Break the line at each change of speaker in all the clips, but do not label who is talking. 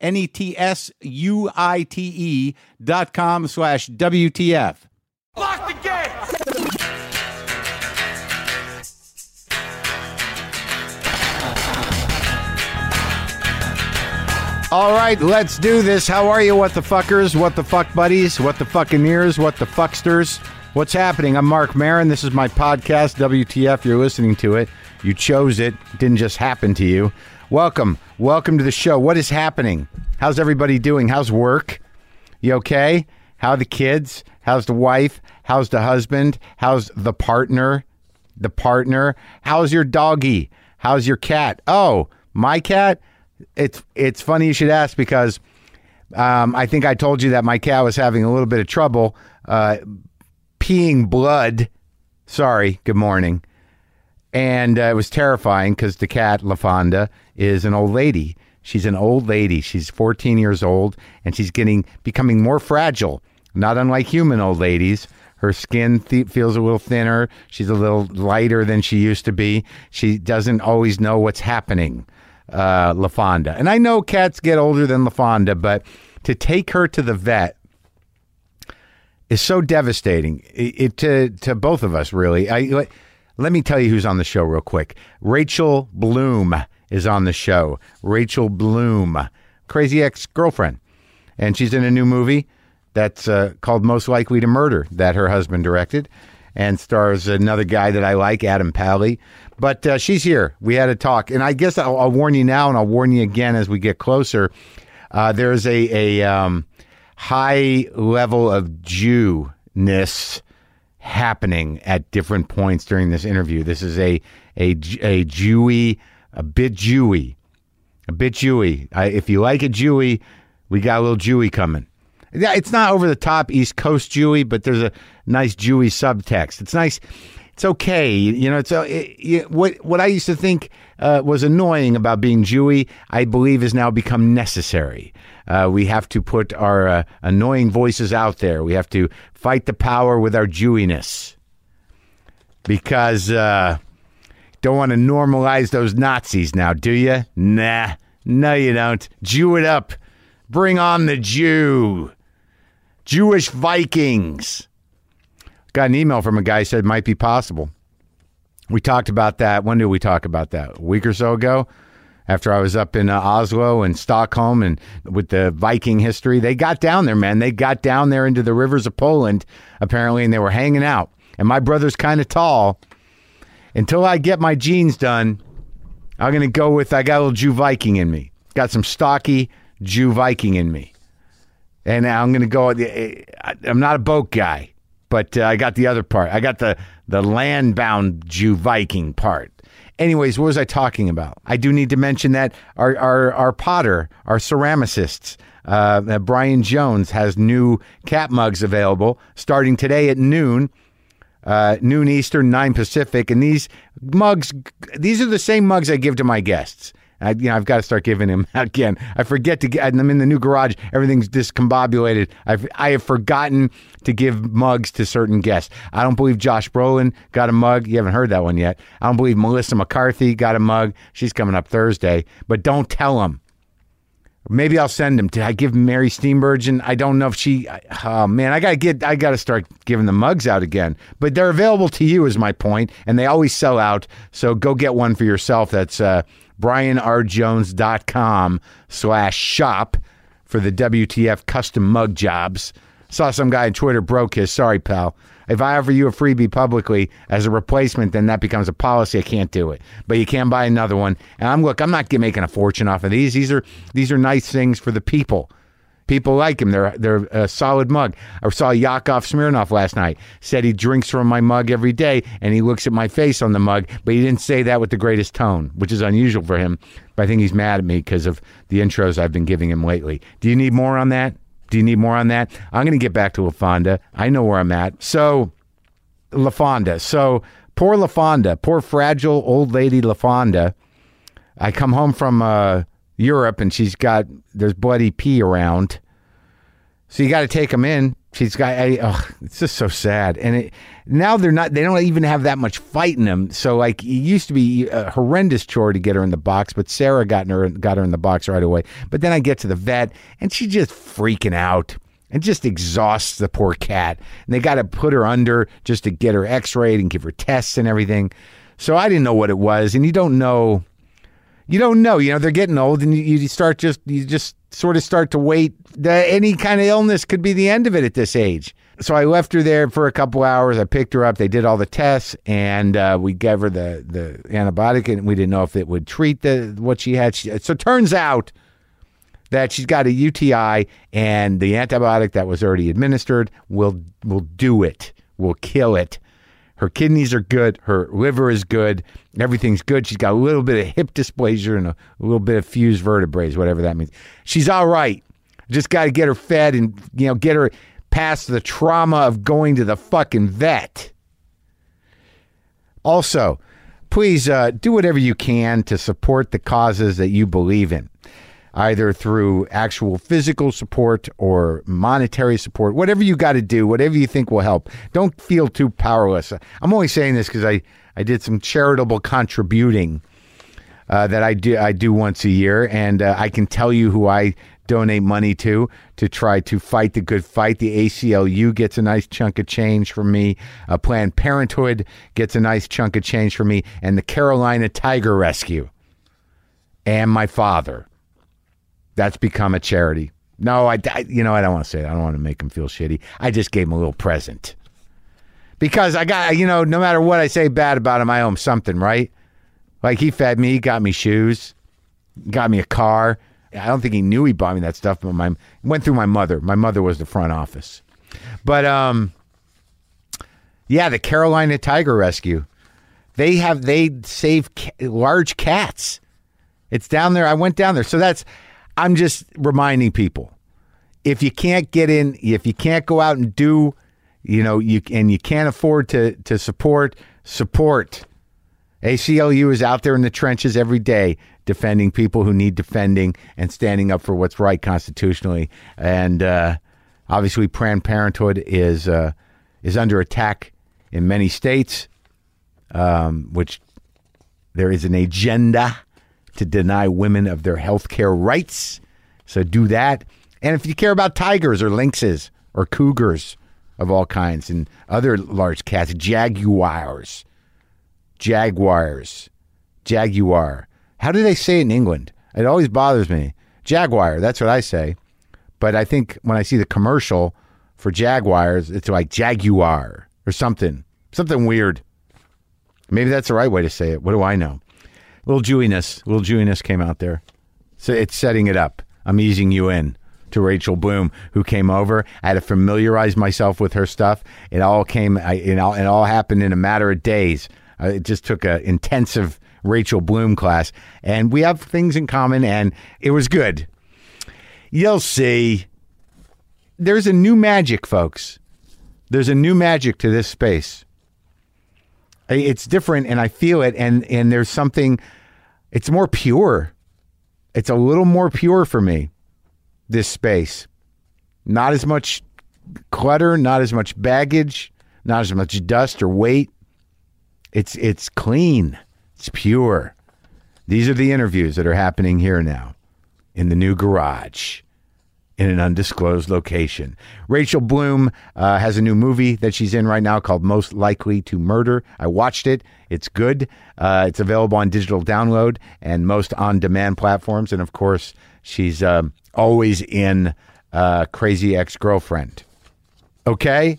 N E T S U I T E dot com slash WTF.
Lock the gate!
All right, let's do this. How are you, what the fuckers, what the fuck buddies, what the fucking ears, what the fucksters? What's happening? I'm Mark Marin. This is my podcast, WTF. You're listening to it. You chose it. It didn't just happen to you. Welcome. Welcome to the show. What is happening? How's everybody doing? How's work? You okay? How are the kids? How's the wife? How's the husband? How's the partner? The partner? How's your doggy? How's your cat? Oh, my cat? It's it's funny you should ask because um, I think I told you that my cat was having a little bit of trouble uh, peeing blood. Sorry. Good morning and uh, it was terrifying because the cat Lafonda is an old lady. She's an old lady. She's 14 years old, and she's getting becoming more fragile. Not unlike human old ladies, her skin th- feels a little thinner. She's a little lighter than she used to be. She doesn't always know what's happening. Uh, Lafonda, and I know cats get older than Lafonda, but to take her to the vet is so devastating it, it to to both of us really i let, let me tell you who's on the show real quick rachel bloom is on the show rachel bloom crazy ex-girlfriend and she's in a new movie that's uh, called most likely to murder that her husband directed and stars another guy that i like adam pally but uh, she's here we had a talk and i guess I'll, I'll warn you now and i'll warn you again as we get closer uh, there's a, a um, high level of Jewness happening at different points during this interview. This is a a a Jewy, a bit Jewy, a bit Jewy. I, if you like a Jewy, we got a little Jewy coming. Yeah, it's not over the top East Coast Jewy, but there's a nice Jewy subtext. It's nice. It's okay, you know. It's uh, it, it, what what I used to think uh, was annoying about being Jewy. I believe has now become necessary. Uh, we have to put our uh, annoying voices out there. We have to fight the power with our Jewiness because uh, don't want to normalize those Nazis now, do you? Nah, no, you don't. Jew it up. Bring on the Jew. Jewish Vikings. Got an email from a guy who said might be possible. We talked about that. When did we talk about that? A week or so ago, after I was up in uh, Oslo and Stockholm and with the Viking history. They got down there, man. They got down there into the rivers of Poland, apparently, and they were hanging out. And my brother's kind of tall. Until I get my jeans done, I'm going to go with I got a little Jew Viking in me. Got some stocky Jew Viking in me. And I'm going to go. I- I'm not a boat guy, but uh, I got the other part. I got the the land bound Jew Viking part. Anyways, what was I talking about? I do need to mention that our our, our potter, our ceramicists, uh, uh, Brian Jones has new cat mugs available starting today at noon uh, noon Eastern, nine Pacific, and these mugs, these are the same mugs I give to my guests. I, you know, I've got to start giving them out again. I forget to get, and I'm in the new garage. Everything's discombobulated. I've, I have forgotten to give mugs to certain guests. I don't believe Josh Brolin got a mug. You haven't heard that one yet. I don't believe Melissa McCarthy got a mug. She's coming up Thursday, but don't tell them. Maybe I'll send them. Did I give Mary Steenburgen? I don't know if she. I- Oh man, I gotta get. I gotta start giving the mugs out again. But they're available to you, is my point, and they always sell out. So go get one for yourself. That's uh, brianrjones.com slash shop for the WTF custom mug jobs. Saw some guy on Twitter broke his. Sorry, pal. If I offer you a freebie publicly as a replacement, then that becomes a policy. I can't do it. But you can buy another one. And I'm look. I'm not get- making a fortune off of these. These are these are nice things for the people. People like him. They're they're a solid mug. I saw Yakov Smirnov last night. Said he drinks from my mug every day, and he looks at my face on the mug. But he didn't say that with the greatest tone, which is unusual for him. But I think he's mad at me because of the intros I've been giving him lately. Do you need more on that? Do you need more on that? I'm going to get back to LaFonda. I know where I'm at. So LaFonda. So poor LaFonda, poor fragile old lady LaFonda. I come home from uh, Europe and she's got there's bloody pee around. So you got to take them in. She's got. I, oh, it's just so sad. And it, now they're not. They don't even have that much fight in them. So like it used to be a horrendous chore to get her in the box, but Sarah got in her got her in the box right away. But then I get to the vet and she's just freaking out and just exhausts the poor cat. And they got to put her under just to get her X-rayed and give her tests and everything. So I didn't know what it was, and you don't know you don't know. You know, they're getting old, and you, you start just you just sort of start to wait. That any kind of illness could be the end of it at this age. So I left her there for a couple hours. I picked her up. They did all the tests, and uh, we gave her the the antibiotic, and we didn't know if it would treat the what she had. She, so it turns out that she's got a UTI, and the antibiotic that was already administered will will do it. Will kill it. Her kidneys are good. Her liver is good. Everything's good. She's got a little bit of hip dysplasia and a, a little bit of fused vertebrae, whatever that means. She's all right. Just got to get her fed and you know get her past the trauma of going to the fucking vet. Also, please uh, do whatever you can to support the causes that you believe in, either through actual physical support or monetary support. Whatever you got to do, whatever you think will help. Don't feel too powerless. I'm only saying this because I, I did some charitable contributing uh, that I do I do once a year, and uh, I can tell you who I donate money to to try to fight the good fight. The ACLU gets a nice chunk of change from me. Uh, Planned Parenthood gets a nice chunk of change from me, and the Carolina Tiger Rescue, and my father. That's become a charity. No, I, I you know I don't want to say that. I don't want to make him feel shitty. I just gave him a little present because I got you know no matter what I say bad about him, I owe him something, right? Like he fed me, he got me shoes, got me a car. I don't think he knew he bought me that stuff, but my went through my mother. My mother was the front office. But um yeah, the Carolina Tiger Rescue. They have they save ca- large cats. It's down there. I went down there. So that's I'm just reminding people if you can't get in, if you can't go out and do, you know, you and you can't afford to to support, support. ACLU is out there in the trenches every day defending people who need defending and standing up for what's right constitutionally. And uh, obviously, Planned Parenthood is uh, is under attack in many states, um, which there is an agenda to deny women of their health care rights. So do that. And if you care about tigers or lynxes or cougars of all kinds and other large cats, jaguars, jaguars, jaguar. How do they say it in England? It always bothers me. Jaguar, that's what I say. But I think when I see the commercial for jaguars, it's like jaguar or something, something weird. Maybe that's the right way to say it. What do I know? little Jewiness, little Jewiness came out there. So it's setting it up. I'm easing you in to Rachel Bloom, who came over. I had to familiarize myself with her stuff. It all came, I, it, all, it all happened in a matter of days. Uh, it just took an intensive Rachel Bloom class, and we have things in common, and it was good. You'll see. There's a new magic, folks. There's a new magic to this space. I- it's different and I feel it and and there's something it's more pure. It's a little more pure for me this space. Not as much clutter, not as much baggage, not as much dust or weight. It's it's clean. It's pure. These are the interviews that are happening here now in the new garage in an undisclosed location. Rachel Bloom uh, has a new movie that she's in right now called Most Likely to Murder. I watched it. It's good. Uh, it's available on digital download and most on demand platforms. And of course, she's um, always in uh, Crazy Ex Girlfriend Okay?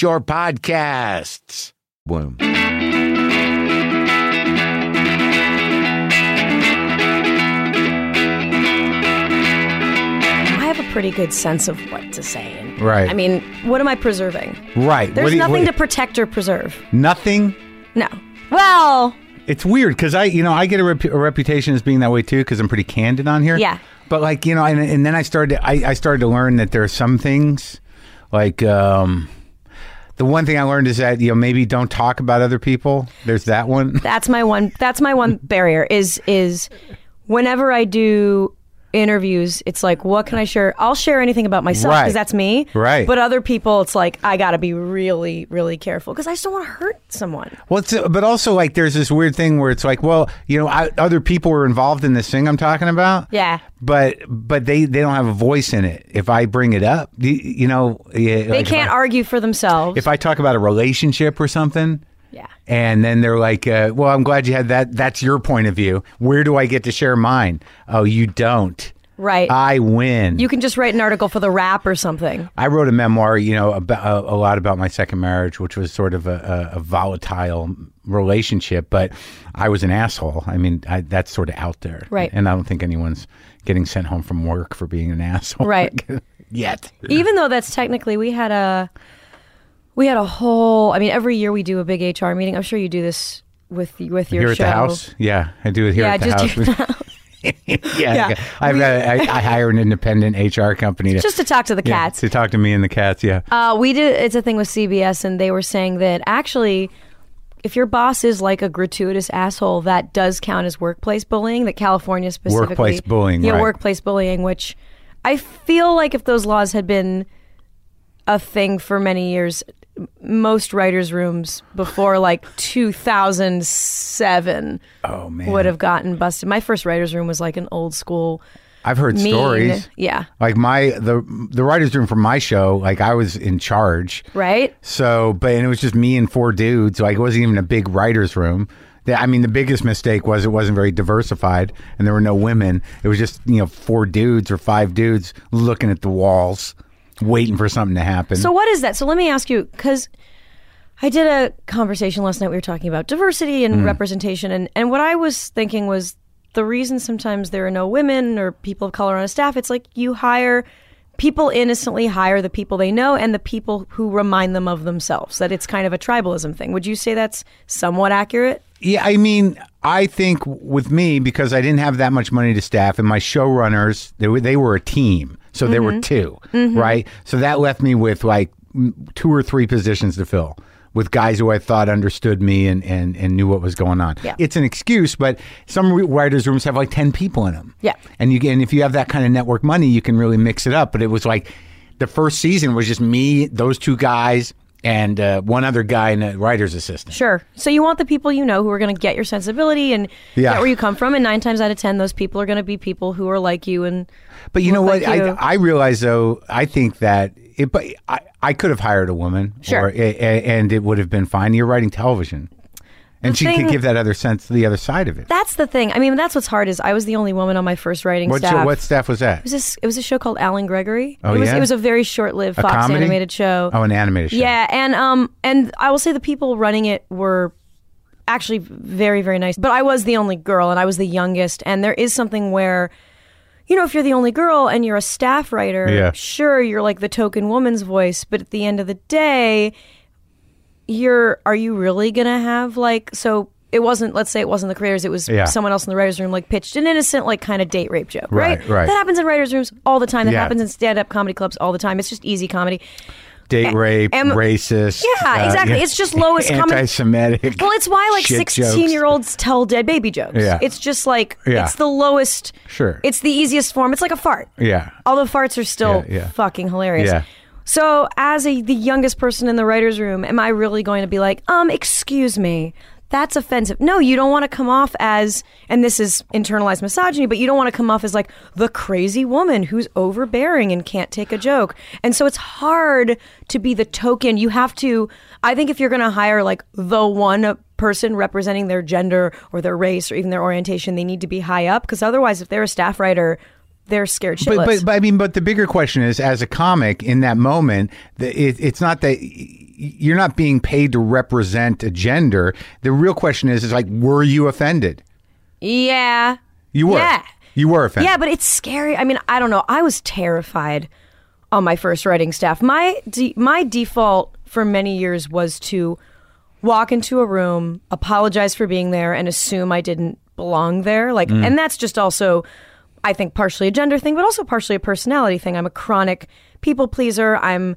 your podcasts. Bloom.
I have a pretty good sense of what to say. And
Right.
I mean, what am I preserving?
Right.
There's nothing to protect or preserve.
to. Nothing.
No. Well,
It's weird because I, you know, I get a, rep- a reputation as being that way too because I'm pretty candid on here.
Yeah.
But like, you know, and, and then I started, to, I, I started to learn that there are some things, like, um, the one thing I learned is that you know maybe don't talk about other people. There's that one.
that's my one. That's my one barrier. Is is whenever I do interviews, it's like, what can I share? I'll share anything about myself because
Right.
that's me.
Right.
But other people, it's like I got to be really, really careful because I just don't want to hurt someone.
Well, it's, but also like there's this weird thing where it's like, well, you know, I, other people were involved in this thing I'm talking about.
Yeah.
But but they they don't have a voice in it. If I bring it up, you, you know, yeah,
They can't argue for themselves.
If I talk about a relationship or something.
yeah.
And then they're like, uh, "Well, I'm glad you had that. That's your point of view. Where do I get to share mine? Oh, you don't.
Right.
I Ah. win.
you can just write an article for the rap or something.
I wrote a memoir, you know, about, a, a lot about my second marriage, which was sort of a, a, a volatile relationship. But I was an asshole. I mean, I, that's sort of out there,
Right.
And I don't think anyone's getting sent home from work for being an asshole,
Right.
Yet,
even though that's technically we had a we had a whole i mean every year we do a big hr meeting i'm sure you do this with with your
here at
show
the house, yeah, I do it here
Yeah,
at the
just
house.
here
yeah,
Yeah.
I've, I, I, I hire an independent HR company to,
just to talk to the
yeah,
cats
to talk to me and the cats. Yeah,
uh, we did it's a thing with cbs and they were saying that actually if your boss is like a gratuitous asshole that does count as workplace bullying that california specifically
Workplace bullying,
yeah
right.
workplace bullying which i feel like if those laws had been a thing for many years m- most writers rooms before like 2007
oh man,
would have gotten busted. My first writer's room was like an old school
I've heard
mean.
stories.
Yeah.
Like my the the writers room for my show, like I was in charge.
Right?
So, but and it was just me and four dudes. Like it wasn't even a big writers' room. The- I mean, the biggest mistake was it wasn't very diversified, and there were no women. It was just you know four dudes or five dudes looking at the walls, waiting for something to happen.
So what is that? So let me ask you cuz I did a conversation last night we were talking about diversity and representation and and what I was thinking was the reason sometimes there are no women or people of color on a staff it's like you hire people innocently hire the people they know and the people who remind them of themselves that it's kind of a tribalism thing. Would you say that's somewhat accurate?
Yeah, I mean, I think with me because I didn't have that much money to staff, and my showrunners they were, they were a team, so there
Mm-hmm.
were 2 right? So that left me with like m- two or three positions to fill with guys who I thought understood me and and, and knew what was going on.
Yeah.
It's an excuse, but some re- writers' rooms have like ten people in them.
Yeah.
and you get- and if you have that kind of network money, you can really mix it up. But it was like the first season was just me, those two guys, and uh, one other guy and a writer's assistant.
Sure. So you want the people you know who are going to get your sensibility and
Yeah.
get where you come from. And nine times out of ten, those people are going to be people who are like you. And
But you know
Look
what?
like you.
I, I realize though. I think that it. But I, I could have hired a woman,
Sure.
or, a, a- and it would have been fine. You're writing television, and she
thing-
could give that other sense, the other side of it.
that's the thing. I mean, that's what's hard is I was the only woman on my first writing
what,
staff.
what staff was that?
It was, this, it was a show called Alan Gregory.
Oh,
it was
yeah?
it was a very short-lived
A
Fox
comedy?
animated show.
Oh, an animated show.
Yeah, and um, and I will say the people running it were actually very, very nice. But I was the only girl, and I was the youngest, and there is something where. you know, if you're the only girl and you're a staff writer,
Yeah.
sure, you're like the token woman's voice, but at the end of the day, you're are you really gonna have like so it wasn't let's say it wasn't the creators it was
Yeah.
someone else in the writers room like pitched an innocent like kind of date rape joke
Right,
right
right.
that happens in writers rooms all the time that
Yeah.
happens in stand-up comedy clubs all the time it's just easy comedy
Date rape,
am-
racist. uh,
Yeah, exactly. It's just lowest common-
Anti-Semitic.
well it's why like
shit
16
jokes.
year olds tell dead baby jokes
Yeah.
it's just like
Yeah.
it's the lowest
Sure.
it's the easiest form it's like a fart
Yeah.
although farts are still
Yeah, yeah.
fucking hilarious
Yeah.
so as a the youngest person in the writers room am i really going to be like um excuse me that's offensive no you don't want to come off as and this is internalized misogyny but you don't want to come off as like the crazy woman who's overbearing and can't take a joke and so it's hard to be the token you have to i think if you're going to hire like the one person representing their gender or their race or even their orientation they need to be high up because otherwise if they're a staff writer they're scared shitless.
But, but, but I mean, but the bigger question is, as a comic in that moment, the, it, it's not that y- you're not being paid to represent a gender. The real question is, is like, were you offended?
Yeah.
You were.
Yeah.
You were offended.
Yeah, but it's scary. I mean, I don't know. I was terrified on my first writing staff. My de- my default for many years was to walk into a room, apologize for being there, and assume I didn't belong there. Like, and that's just also, I think, partially a gender thing, but also partially a personality thing. I'm a chronic people pleaser. I'm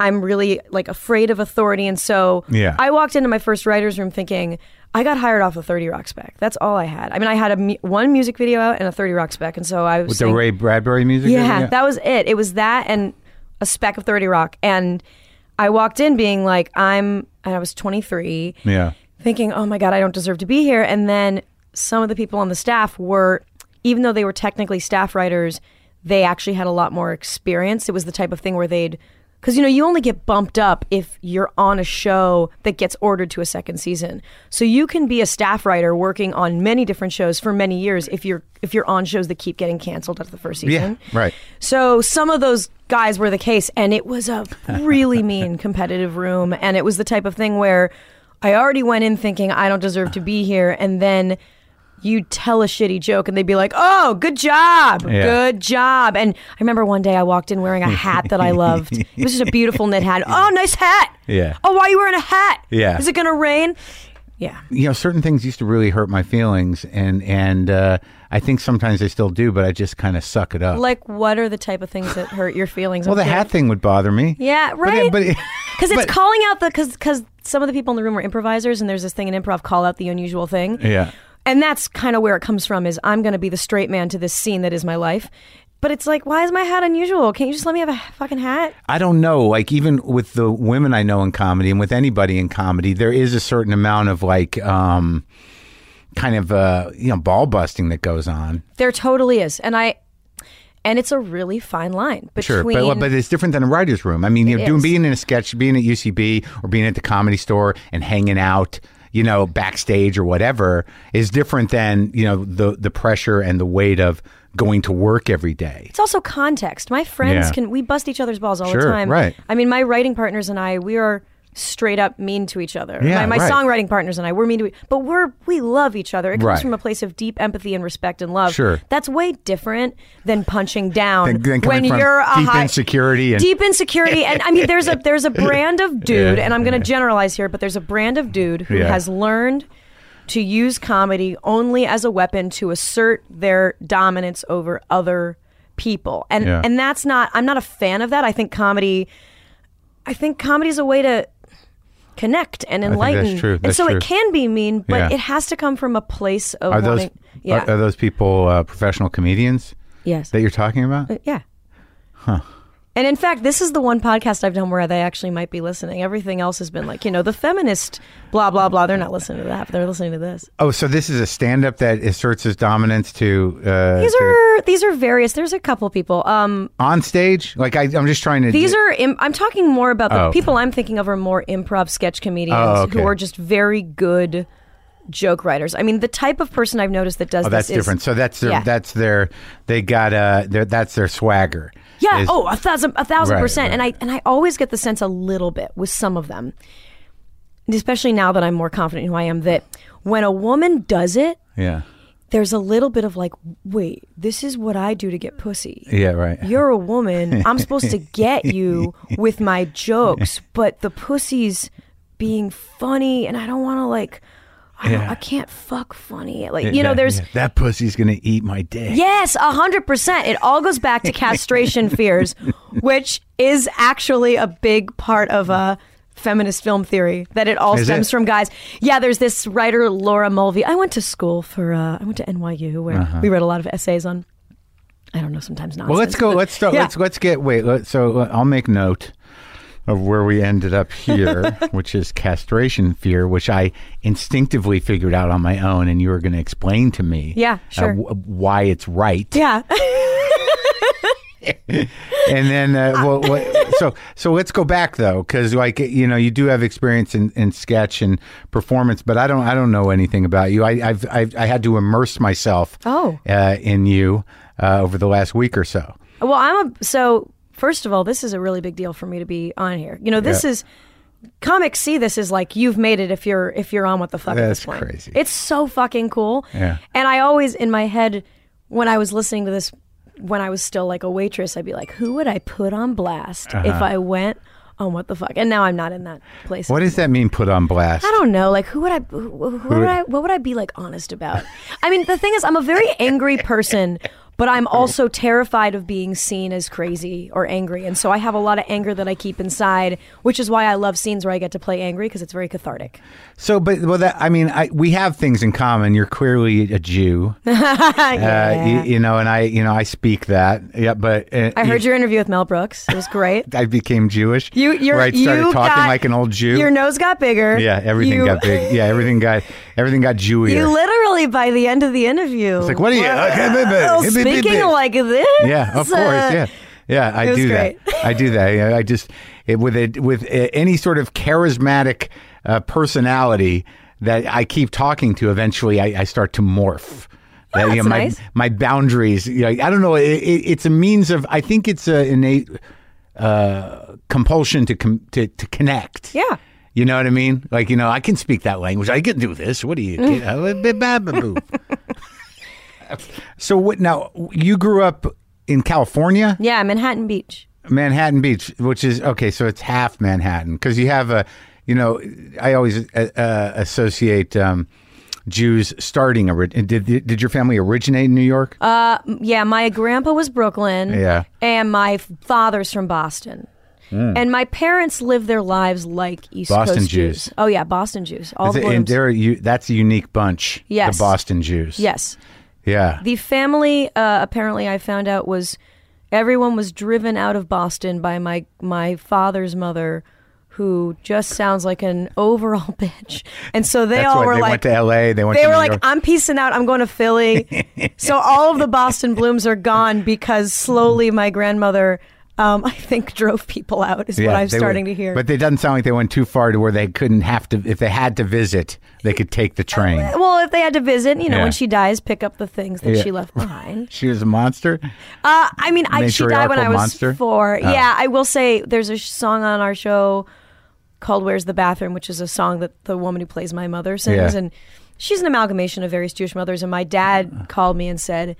I'm really like afraid of authority, and so
Yeah.
I walked into my first writers' room thinking I got hired off a Thirty Rock spec. That's all I had. I mean, I had a mu- one music video out and a Thirty Rock spec, and so I was
With the
saying-
Ray Bradbury music.
yeah, that was it. It was that and a speck of 30 Rock. And I walked in being like, I'm, and I was 23,
yeah.
thinking, oh my God, I don't deserve to be here. And then some of the people on the staff were, even though they were technically staff writers, they actually had a lot more experience. It was the type of thing where they'd, because you know, you only get bumped up if you're on a show that gets ordered to a second season. So you can be a staff writer working on many different shows for many years if you're if you're on shows that keep getting canceled after the first
Yeah.
season.
Right.
So some of those guys were the case, and it was a really mean competitive room. And it was the type of thing where I already went in thinking I don't deserve to be here, and then you tell a shitty joke, and they'd be like, "Oh, good job,
Yeah.
good job." And I remember one day I walked in wearing a hat that I loved. It was just a beautiful knit hat. Oh, nice hat.
Yeah.
Oh, why are you wearing a hat?
Yeah.
Is it gonna rain? Yeah.
you know certain things used to really hurt my feelings and and uh, i think sometimes they still do but i just kind of suck it up
Like, what are the type of things that hurt your feelings?
well the hat thing would bother me
Yeah,
But it-
right.
but, it-
Because it's
but-
calling out the because because some of the people in the room were improvisers, and there's this thing in improv call out the unusual thing.
yeah
and that's kind of where it comes from. Is I'm going to be the straight man to this scene that is my life, but it's like, why is my hat unusual? Can't you just let me have a fucking hat?
I don't know. Like even with the women I know in comedy and with anybody in comedy, there is a certain amount of like um, kind of uh, you know ball busting that goes on.
There totally is, and I, and it's a really fine line between.
Sure, but, but it's different than a writer's room. I mean, you know, doing
is.
being in a sketch, being at UCB or being at the comedy store and hanging out, you know, backstage or whatever is different than you know the the pressure and the weight of going to work every day.
It's also context. My friends
Yeah.
can we bust each other's balls all
Sure,
the time.
right.
I mean, my writing partners and I, we are straight up mean to each other.
Yeah,
my my
right.
songwriting partners and I, we're mean to each but we're we love each other. It comes
Right.
from a place of deep empathy and respect and love.
Sure.
That's way different than punching down
Than- than coming
when
from
you're a
deep
high,
insecurity and-
deep insecurity and I mean there's a there's a brand of dude and I'm going to generalize here but there's a brand of dude who
Yeah.
has learned to use comedy only as a weapon to assert their dominance over other people. And
Yeah.
and that's not I'm not a fan of that. I think comedy I think comedy is a way to connect and
think that's
enlighten.
true.
And
That's
so
true.
it can be mean, but
Yeah.
it has to come from a place of
Are those
wanting yeah.
are, are those people uh, professional comedians
yes.
that you're talking about?
Uh, Yeah. Huh. And in fact, this is the one podcast I've done where they actually might be listening. Everything else has been like, you know, the feminist, blah blah blah. They're not listening to that. But they're listening to this.
Oh, so this is a stand-up that asserts his dominance to uh,
These
to-
are these are various. There's a couple people. Um,
on stage. Like I, I'm just trying to.
these are. Im- I'm talking more about the
Oh.
people I'm thinking of are more improv sketch comedians
Oh, okay.
who are just very good joke writers. I mean, the type of person I've noticed that does
Oh,
this
that's
is
different. So that's their
Yeah.
that's their they got uh their that's their swagger.
Yeah.
Is-
oh, a thousand, a thousand
Right,
percent. And I and I always get the sense a little bit with some of them, and especially now that I'm more confident in who I am. That when a woman does it,
yeah.
there's a little bit of like, wait, this is what I do to get pussy.
Yeah, right.
You're a woman. I'm supposed to get you with my jokes, but the pussy's being funny, and I don't want to like. I, don't,
Yeah.
I can't fuck funny. Like
Yeah,
you know,
that-
there's
yeah, that pussy's gonna eat my dick.
Yes, a hundred percent. It all goes back to castration fears, which is actually a big part of uh, feminist film theory. That it all
Is
stems
it?
from guys. Yeah, there's this writer Laura Mulvey. I went to school for. Uh, I went to NYU where we read a lot of essays on. I don't know. Sometimes not.
Uh-huh. Well, let's go. Let's start.
Yeah.
Let's let's get. Wait. Let, so uh, I'll make note of where we ended up here, which is castration fear, which I instinctively figured out on my own, and you were going to explain to me.
Yeah, sure.
w- why it's right,
Yeah.
and then uh, well, what, so so let's go back though, because like you know you do have experience in, in sketch and performance, but I don't I don't know anything about you. I I've, I've I had to immerse myself
Oh.
uh, in you uh, over the last week or so.
Well, I'm a so first of all, this is a really big deal for me to be on here. You know, this
Yeah.
is comics see this as like you've made it if you're if you're on what the fuck at
That's
this point.
crazy.
It's so fucking cool.
Yeah.
And I always in my head when I was listening to this when I was still like a waitress, I'd be like, who would I put on blast if I went on what the fuck? And now I'm not in that place.
Uh-huh. What does that mean? Put on blast.
I don't know. Like, who would I? Who, who, would I? What would I be like honest about? I mean, the thing is, I'm a very angry person, but I'm also terrified of being seen as crazy or angry, and so I have a lot of anger that I keep inside, which is why I love scenes where I get to play angry because it's very cathartic.
So, but well, that I mean, I, we have things in common. You're clearly a Jew, uh, you, you know, and I, you know, I speak that. Yeah, but uh,
I heard your interview with Mel Brooks. It was great.
I became Jewish.
You, you're,
where I started talking
you got-
like an old Jew.
Your nose got bigger.
yeah, everything
You-
got big. Yeah, everything got everything got Jewier.
You literally, by the end of the interview,
it's like, what are you? okay, blah, blah, blah, blah,
well,
blah,
speaking
blah.
like this.
Yeah, of course.
uh,
Yeah, yeah. I
it was
do
great.
that. I do that. Yeah, I just it, with it with uh, any sort of charismatic uh, personality that I keep talking to. Eventually, I, I start to morph. That, you
that's
know, my
nice.
my boundaries. You know, I don't know. It, it, it's a means of. I think it's an innate uh, compulsion to com- to to connect.
Yeah.
You know what I mean? Like you know, I can speak that language. I can do this. What do you? you know,
Mm.
ba- ba- ba- boo. So what? Now you grew up in California,
Yeah, Manhattan Beach.
Manhattan Beach, which is okay. So it's half Manhattan because you have a, you know, I always uh, uh, associate um, Jews starting. Ori- did did your family originate in New York?
Uh, Yeah, my grandpa was Brooklyn.
Yeah. Hmm.
And my f- father's from Boston. And my parents live their lives like East
Boston
Coast
Jews.
Jews. Oh yeah, Boston Jews. All the
and
Bloom's.
they're you. That's a unique bunch.
Yes.
the Boston Jews.
Yes.
yeah.
The family uh, apparently I found out was everyone was driven out of Boston by my my father's mother who just sounds like an overall bitch. And so they
That's
all
why
were
they
like
went to L.A. They went.
they
to
were
New
like,
York.
I'm peacing out. I'm going to Philly. so all of the Boston blooms are gone because slowly my grandmother, um, I think, drove people out, is what I'm
they were-
starting to hear.
But it doesn't sound like they went too far to where they couldn't have to. If they had to visit, they could take the train.
well, if they had to visit, you know,
Yeah.
when she dies, pick up the things that
Yeah.
she left behind.
She was a monster.
Uh, I mean, I, she died when
Matriarchal
I was
monster? Oh.
four. Yeah, I will say there's a sh- song on our show called "Where's the Bathroom," which is a song that the woman who plays my mother sings,
Yeah.
and she's an amalgamation of various Jewish mothers. And my
Uh.
dad called me and said.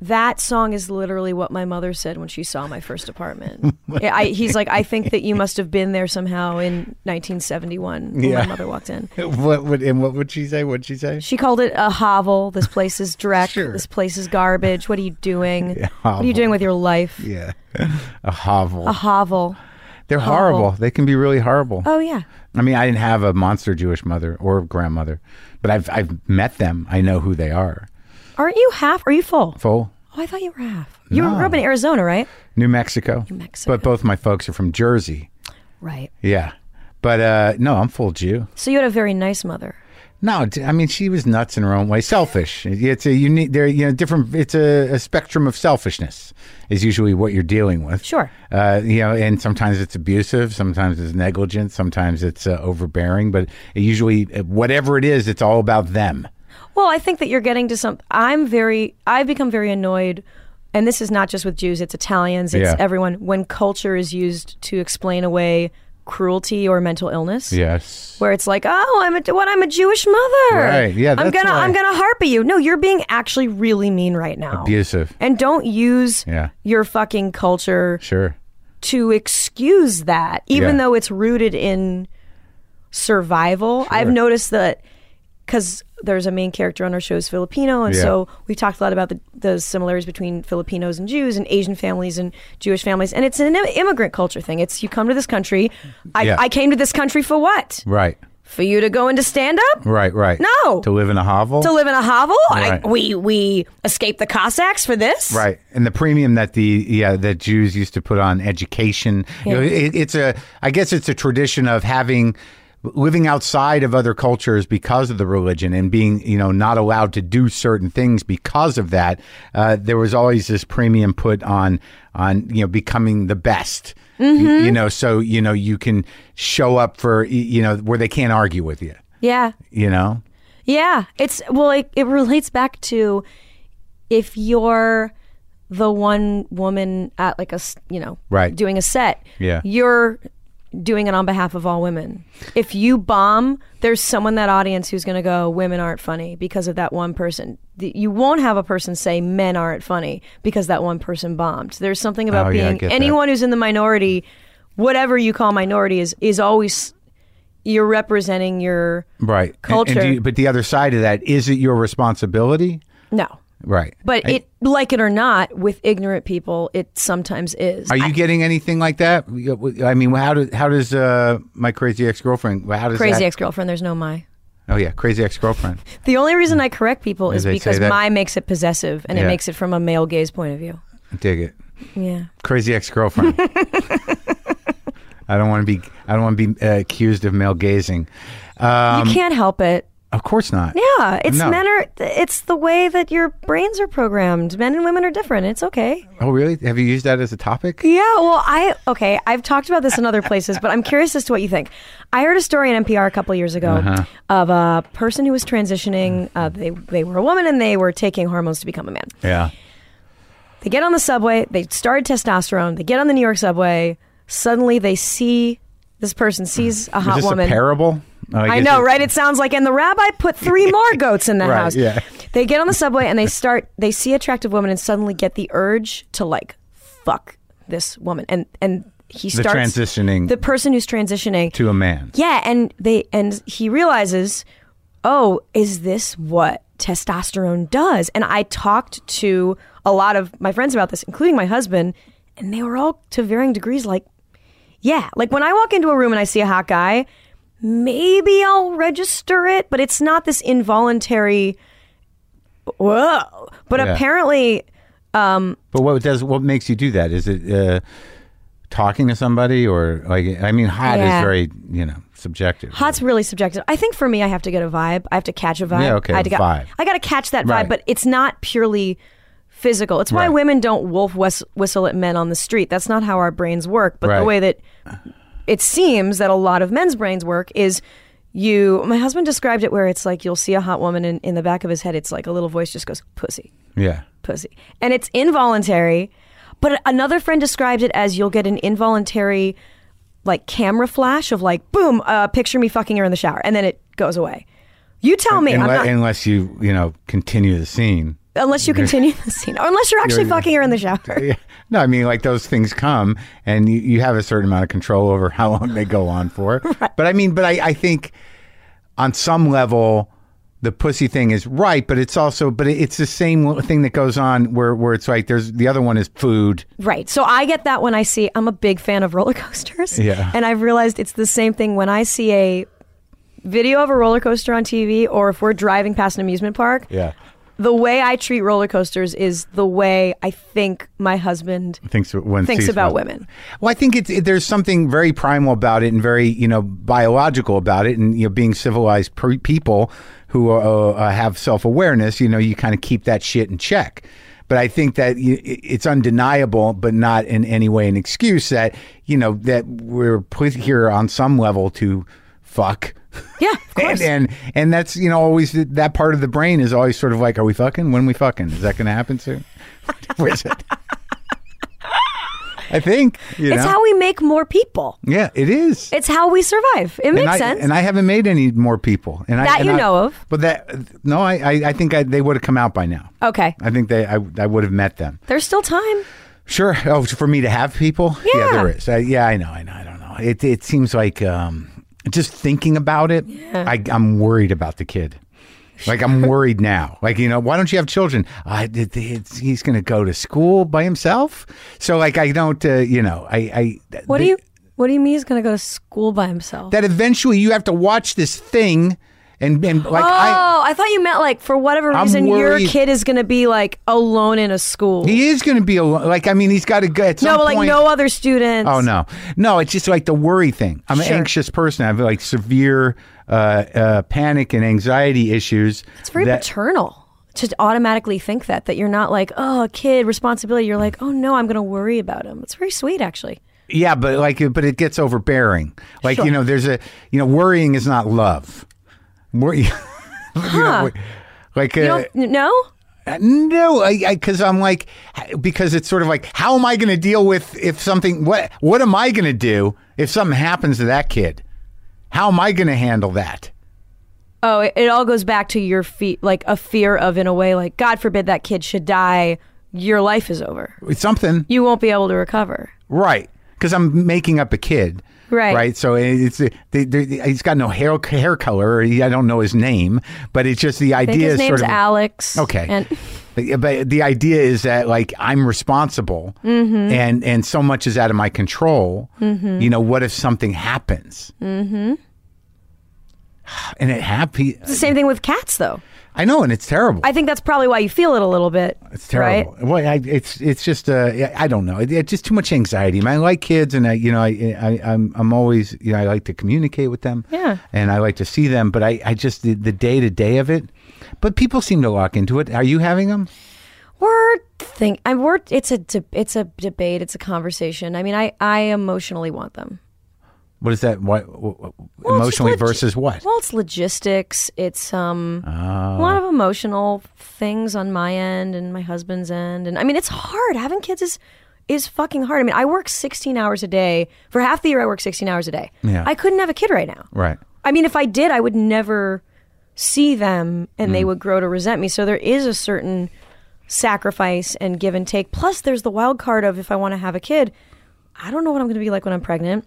That song is literally what my mother said when she saw my first apartment. Yeah, I, he's like, I think that you must have been there somehow in 1971 when
Yeah.
my mother walked in.
What would and what would she say? What'd she say?
She called it a hovel. This place is dreck.
Sure.
This place is garbage. What are you doing? what are
hovel.
you doing with your life?
Yeah, a hovel.
a hovel.
They're
hovel.
horrible. They can be really horrible.
Oh yeah.
I mean, I didn't have a monster Jewish mother or grandmother, but I've I've met them. I know who they are.
Aren't you half? Are you full?
Full
Oh, I thought you were half. You
No.
grew up in Arizona, right?
New Mexico. New
Mexico.
But both my folks are from Jersey.
Right.
Yeah, but uh, no, I'm full Jew.
So you had a very nice mother.
No, t- I mean she was nuts in her own way. Selfish. It's a unique. There, you know, different. It's a, a spectrum of selfishness is usually what you're dealing with.
Sure.
Uh, you know, and sometimes it's abusive. Sometimes it's negligent. Sometimes it's uh, overbearing. But it usually, uh, whatever it is, it's all about them.
Well, I think that you're getting to some. I'm very. I've become very annoyed, and this is not just with Jews. It's Italians. It's
Yeah.
everyone. When culture is used to explain away cruelty or mental illness.
Yes.
Where it's like, oh, I'm a, what? I'm a Jewish mother.
Right, yeah,
I'm
that's
gonna,
why-
I'm gonna harp at you. No, you're being actually really mean right now.
Abusive.
And don't use
Yeah.
your fucking culture
Sure.
to excuse that, even
Yeah.
though it's rooted in survival. I've noticed that because there's a main character on our show is Filipino, and
Yeah.
so we've talked a lot about the, the similarities between Filipinos and Jews and Asian families and Jewish families, and it's an im- immigrant culture thing. It's you come to this country. I,
Yeah.
I came to this country for what?
Right.
For you to go into stand up?
Right. Right.
No.
To live in a hovel.
To live in a hovel?
Right.
I, we we escaped the Cossacks for this?
Right, and the premium that the yeah that Jews used to put on education. You know, it, it's a I guess it's a tradition of having living outside of other cultures because of the religion and being you know not allowed to do certain things because of that. Uh, there was always this premium put on on you know becoming the best. You,
Mm-hmm.
you know, so you know you can show up for y- you know where they can't argue with you.
Yeah.
You know,
Yeah, it's well, it, it relates back to if you're the one woman at like a s- you know
Right.
doing a set,
Yeah.
you're doing it on behalf of all women. If you bomb, there's someone in that audience who's going to go, "Women aren't funny" because of that one person. The- You won't have a person say men aren't funny because that one person bombed. There's something about
Oh, yeah, I
being
get that.
anyone who's in the minority, whatever you call minority, is is always you're representing your
right? And- and do
Culture.
you- but the other side of that is it your responsibility?
no.
Right.
But
I-
it, like it or not, with ignorant people, it sometimes is.
Are you getting anything like that? I mean, how does how does uh, my crazy ex girlfriend? How does
crazy
that-
ex girlfriend? There's no my.
Oh yeah, crazy ex girlfriend.
The only reason I correct people is
they say
because
that-
my makes it possessive, and
Yeah.
it makes it from a male gaze point of view.
Dig it.
Yeah.
Crazy ex girlfriend. I don't want to be. I don't want to be uh, accused of male gazing. Um,
you can't help it.
of course not.
Yeah, it's
No.
men are. It's the way that your brains are programmed. Men and women are different. It's okay.
Oh really? Have you used that as a topic?
Yeah. Well, I okay. I've talked about this in other places, but I'm curious as to what you think. I heard a story in NPR a couple years ago
Uh-huh.
of a person who was transitioning. Uh, they they were a woman and they were taking hormones to become a man.
Yeah.
They get on the subway. They started testosterone. They get on the New York subway. Suddenly, they see this person sees a
Is
hot
this
woman.
a parable? Oh,
I
guess
know,
it-
right? It sounds like, and the rabbi put three more goats in the
Right,
house.
yeah.
They get on the subway and they start. They see attractive women and suddenly get the urge to like fuck this woman. And and he
The
starts
transitioning
the person who's transitioning
to a man.
yeah, and they and he realizes, oh, is this what testosterone does? And I talked to a lot of my friends about this, including my husband, and they were all to varying degrees like, yeah, like when I walk into a room and I see a hot guy, maybe I'll register it, but it's not this involuntary. Whoa! But
Yeah.
apparently,
But what does what makes you do that? Is it uh, talking to somebody or like? I mean, hot
Yeah.
is very you know subjective.
Hot's really subjective. I think for me, I have to get a vibe. I have to catch a vibe.
Yeah, okay,
I had to get-
vibe.
I got to catch that vibe,
Right.
but it's not purely physical. It's why
Right.
women don't wolf whis- whistle at men on the street. That's not how our brains work. But
Right.
the way that it seems that a lot of men's brains work is you. My husband described it where it's like you'll see a hot woman in, in the back of his head. It's like a little voice just goes pussy
Yeah.
pussy. And it's involuntary. But another friend described it as you'll get an involuntary like camera flash of like boom, uh, picture me fucking her in the shower and then it goes away. You tell me,
Unle-
unless,
unless,
I'm not,
you you know continue the scene.
unless you continue the scene, or unless you're actually
You're-
fucking her in the shower.
Yeah. No, I mean like those things come, and you, you have a certain amount of control over how long they go on for. But I mean, but I, I think on some level. The pussy thing is right, but it's also, but it- it's the same thing that goes on where, where it's like there's the other one is food.
Right. So I get that when I see, I'm a big fan of roller coasters.
Yeah.
And I've realized it's the same thing when I see a video of a roller coaster on TV or if we're driving past an amusement park. The way I treat roller coasters is the way I think my husband
thinks when
thinks
sees
about
one.
women.
Well, I think it's it, there's something very primal about it and very you know biological about it, and you know being civilized pre- people who uh, uh, have self awareness, you know, you kind of keep that shit in check. But I think that you, it- it's undeniable, but not in any way an excuse that you know that we're put here on some level to fuck.
Yeah, of course.
And, and and that's you know always th- that part of the brain is always sort of like, are we fucking? When we fucking? Is that going to happen soon? Where is it? I think. You
it's
know?
how we make more people.
yeah, it is.
It's how we survive. It
and
makes
I,
sense.
And I haven't made any more people. And I,
That
and
you
I-
know of.
But that no, I I, I think I, they would have come out by now.
okay.
I think they I, I would have met them.
There's still time.
Sure. Oh, for me to have people?
Yeah.
there is. I, yeah, I know. I know. I don't know. It it seems like um, just thinking about it, I, I'm worried about the kid. Like I'm worried now. Like you know, why don't you have children? I it, it's, he's going to go to school by himself. So like I don't. Uh, you know, I. I
What do you What do you mean he's going to go to school by himself?
That eventually you have to watch this thing, and and like
oh,
I.
I, thought you meant like for whatever
I'm
reason your
worried-
kid is going to be like alone in a school.
He is going to be alone. Like I mean, he's got to go at
no,
some
but like
point-
no other students.
Oh no, no! It's just like the worry thing. I'm an
Sure.
anxious person. I have like severe uh, uh, panic and anxiety issues.
It's very
that-
paternal to automatically think that that you're not like oh a kid responsibility. You're like oh no, I'm going to worry about him. It's very sweet actually.
yeah, but like, it- but it gets overbearing. Like you
Sure.
know, there's a you know, worrying is not love. Worry, you know, wor- like
You
uh,
don't no.
no, I because I'm like because it's sort of like how am I going to deal with if something what what am I going to do if something happens to that kid? How am I going to handle that?
Oh, it, it all goes back to your feet, like a fear of, in a way, like God forbid that kid should die. Your life is over.
It's something.
You won't be able to recover.
Right. Because I'm making up a kid.
Right.
Right. So it's uh, they, they, he's got no hair hair color. Or he, I don't know his name, but it's just the
I think
idea
his
is
name's
sort of
Alex.
Okay.
And
But- But the idea is that like I'm responsible,
Mm-hmm.
and and so much is out of my control. You know, what if something happens? Mm-hmm. And it happy.
it's the same thing with cats, though.
I know, and it's terrible.
I think that's probably why you feel it a little bit.
It's terrible.
Right?
Well, I, it's it's just uh, I- I don't know. It, it's just too much anxiety. Man, I like kids, and I you know I, I I'm I'm always you know I like to communicate with them.
Yeah.
And I like to see them, but I I just the day to day of it. But people seem to lock into it. Are you having them?
We're think I'm we're it's a de- it's a debate. It's a conversation. I mean, I I emotionally want them.
What is that? What,
Well, it's just
emotionally
logi-
versus what? Oh.
Well, it's logistics. It's um, a lot of emotional things on my end and my husband's end, and I mean, it's hard having kids is is fucking hard. I mean, I work sixteen hours a day for half the year. I work sixteen hours a day.
Yeah.
I couldn't have a kid right now.
Right.
I mean, if I did, I would never see them, and
Mm.
they would grow to resent me. So there is a certain sacrifice and give and take. Plus, there's the wild card of if I want to have a kid, I don't know what I'm going to be like when I'm pregnant.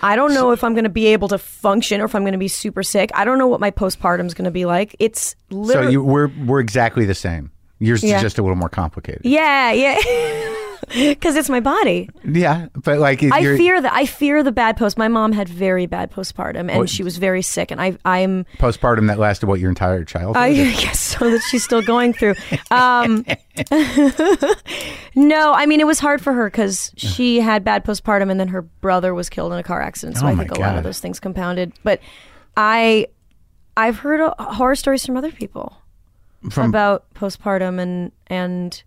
I don't know if I'm going to be able to function or if I'm going to be super sick. I don't know what my postpartum is going to be like. It's
So
literally,
you we're we're exactly the same. Yours
Yeah.
is just a little more complicated.
yeah, yeah, because it's my body.
Yeah, but like if
I
you're
fear that. I fear the bad post. My mom had very bad postpartum, and
Oh,
she was very sick. And I, I'm
postpartum that lasted what your entire childhood.
I guess so that she's still going through. Um, no, I mean it was hard for her because she had bad postpartum, and then her brother was killed in a car accident. So
Oh
I
my
think a lot
God.
of those things compounded. But I, I've heard uh, horror stories from other people
From-
about postpartum and and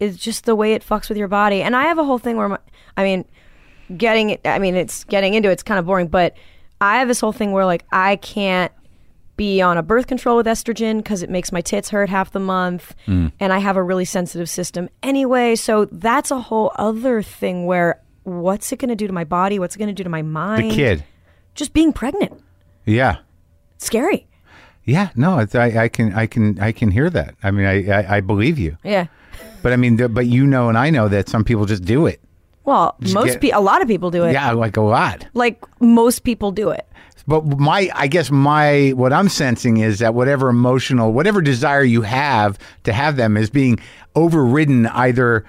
it's just the way it fucks with your body. And I have a whole thing where my, I mean, getting I mean it's getting into it, it's kind of boring, but I have this whole thing where like I can't be on a birth control with estrogen because it makes my tits hurt half the month
Mm.
and I have a really sensitive system anyway. So that's a whole other thing where what's it going to do to my body? What's it going to do to my mind?
the kid.
Just being pregnant.
Yeah.
It's scary.
Yeah, no, it's, I, I can, I can, I can hear that. I mean, I, I, I believe you,
Yeah.
but I mean, th- but you know, and I know that some people just do it.
Well, most
get-
pe- a lot of people do it.
Yeah, like a lot.
Like most people do it.
But my, I guess my, what I'm sensing is that whatever emotional, whatever desire you have to have them is being overridden either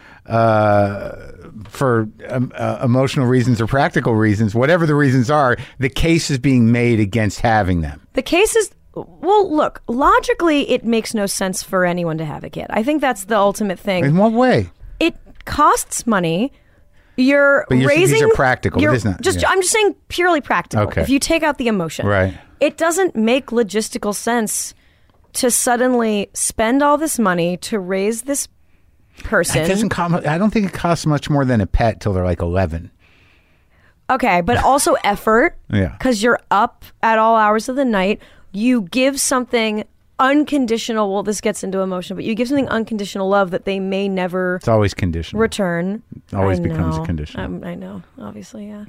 uh, for um, uh, emotional reasons or practical reasons, whatever the reasons are. The case is being made against having them.
The case is well, look, logically it makes no sense for anyone to have a kid. I think that's the ultimate
In
thing.
what way?
It costs money. You're,
But you're- these
raising
are practical.
you're
This is not-
just
yeah.
I'm just saying purely practical.
Okay.
If you take out the emotion.
Right.
It doesn't make logistical sense to suddenly spend all this money to raise this person.
It doesn't. Com- I don't think it costs much more than a pet till they're like 11.
Okay, but also effort.
Yeah.
Because you're up at all hours of the night. You give something unconditional. Well, this gets into emotion, but you give something unconditional love that they may never
It's always conditional.
return.
Always
I
becomes a
know.
conditional.
Um, I know, obviously, yeah.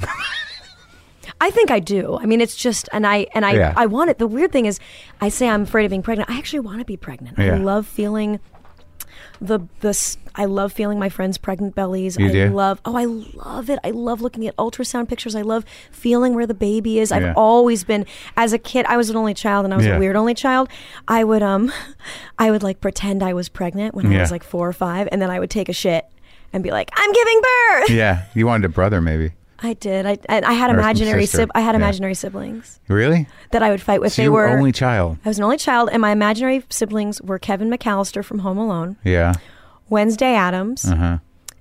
I think I do. I mean, it's just, and I and I
Yeah.
I want it. The weird thing is, I say I'm afraid of being pregnant. I actually want to be pregnant.
Yeah.
I love feeling the the. s- I love feeling my friends' pregnant bellies.
You
I
do?
love. Oh, I love it. I love looking at ultrasound pictures. I love feeling where the baby is. I've
Yeah.
always been as a kid. I was an only child, and I was
Yeah.
a weird only child. I would um, I would like pretend I was pregnant when I
Yeah.
was like four or five, and then I would take a shit and be like, "I'm giving birth."
yeah, you wanted a brother, maybe.
I did. I and I had
Or some
imaginary
sister.
sib- I had
Yeah.
imaginary siblings
Really?
that I would fight with.
So
they
you were
were
only child.
I was an only child, and my imaginary siblings were Kevin McAllister from Home Alone,
Yeah.
Wednesday Adams,
Uh huh.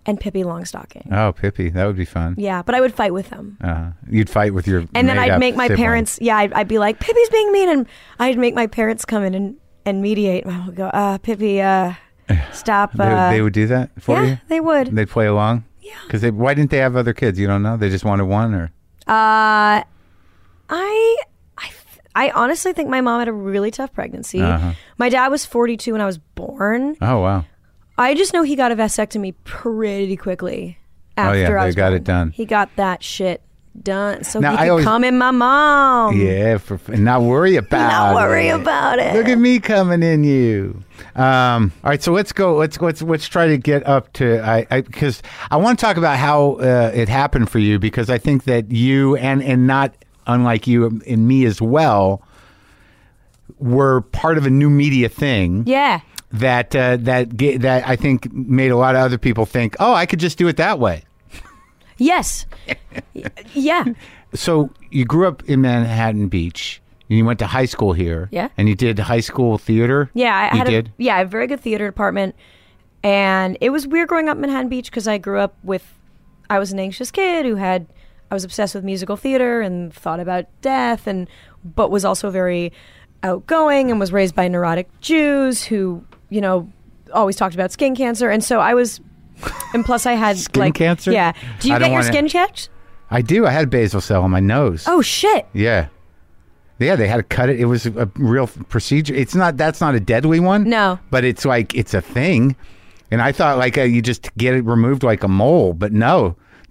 and Pippi Longstocking.
Oh, Pippi, that would be fun.
Yeah, but I would fight with them.
Uh-huh. You'd fight with your
And then I'd
made-up
make my
sibling.
parents, yeah, I'd, I'd be like, Pippi's being mean. And I'd make my parents come in and, and mediate. I would go, uh, Pippi, uh, stop.
They,
Uh,
they would do that for
yeah,
you.
they would.
They'd play along. Yeah. Because why didn't they have other kids? You don't know. They just wanted one, or
Uh, I, I, th- I honestly think my mom had a really tough pregnancy.
Uh-huh.
My dad was 42 when I was born.
oh wow,
I just know he got a vasectomy pretty quickly
Oh,
after
yeah,
I
they
was
got
born.
it done.
He got that shit done, so
Now,
he
I
could
always-
come in my mom.
yeah, for, and not worry about.
Mm. Not worry
it.
about it.
Look at me coming in you. Um, all right, so let's go. Let's let's let's try to get up to I I because I want to talk about how uh, it happened for you because I think that you and and not unlike you and me as well were part of a new media thing
yeah.
that uh, that ga- that I think made a lot of other people think, oh, I could just do it that way.
Yes. Y- yeah.
So you grew up in Manhattan Beach. And you went to high school here,
Yeah.
and you did high school theater.
Yeah. I
you
had
did.
A, yeah, I had a very good theater department, and it was weird growing up in Manhattan Beach because I grew up with, I was an anxious kid who had, I was obsessed with musical theater and thought about death and, but was also very outgoing and was raised by neurotic Jews who, you know, always talked about skin cancer, and so I was, and plus I had
Skin
like
cancer?
Yeah. Do you
I don't
get your
wanna-
skin checked?
I do. I had basal cell on my nose.
Oh shit.
Yeah. Yeah, they had to cut it. It was a real procedure. It's not that's not a deadly one.
No.
But it's like it's a thing. And I thought like uh, you just get it removed like a mole, but no.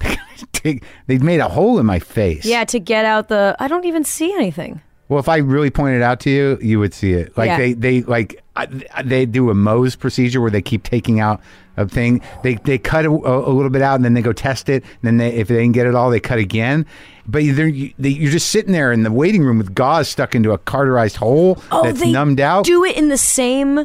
they they made a hole in my face.
Yeah, to get out the. I don't even see anything.
Well, if I really pointed it out to you, you would see it. Like
Yeah.
they they like I, they do a Mohs procedure where they keep taking out a thing. They they cut a, a little bit out and then they go test it. And then they, if they didn't get it all, they cut again. But you're, you're just sitting there in the waiting room with gauze stuck into a carterized hole that's
Oh, they
numbed out
Do it in the same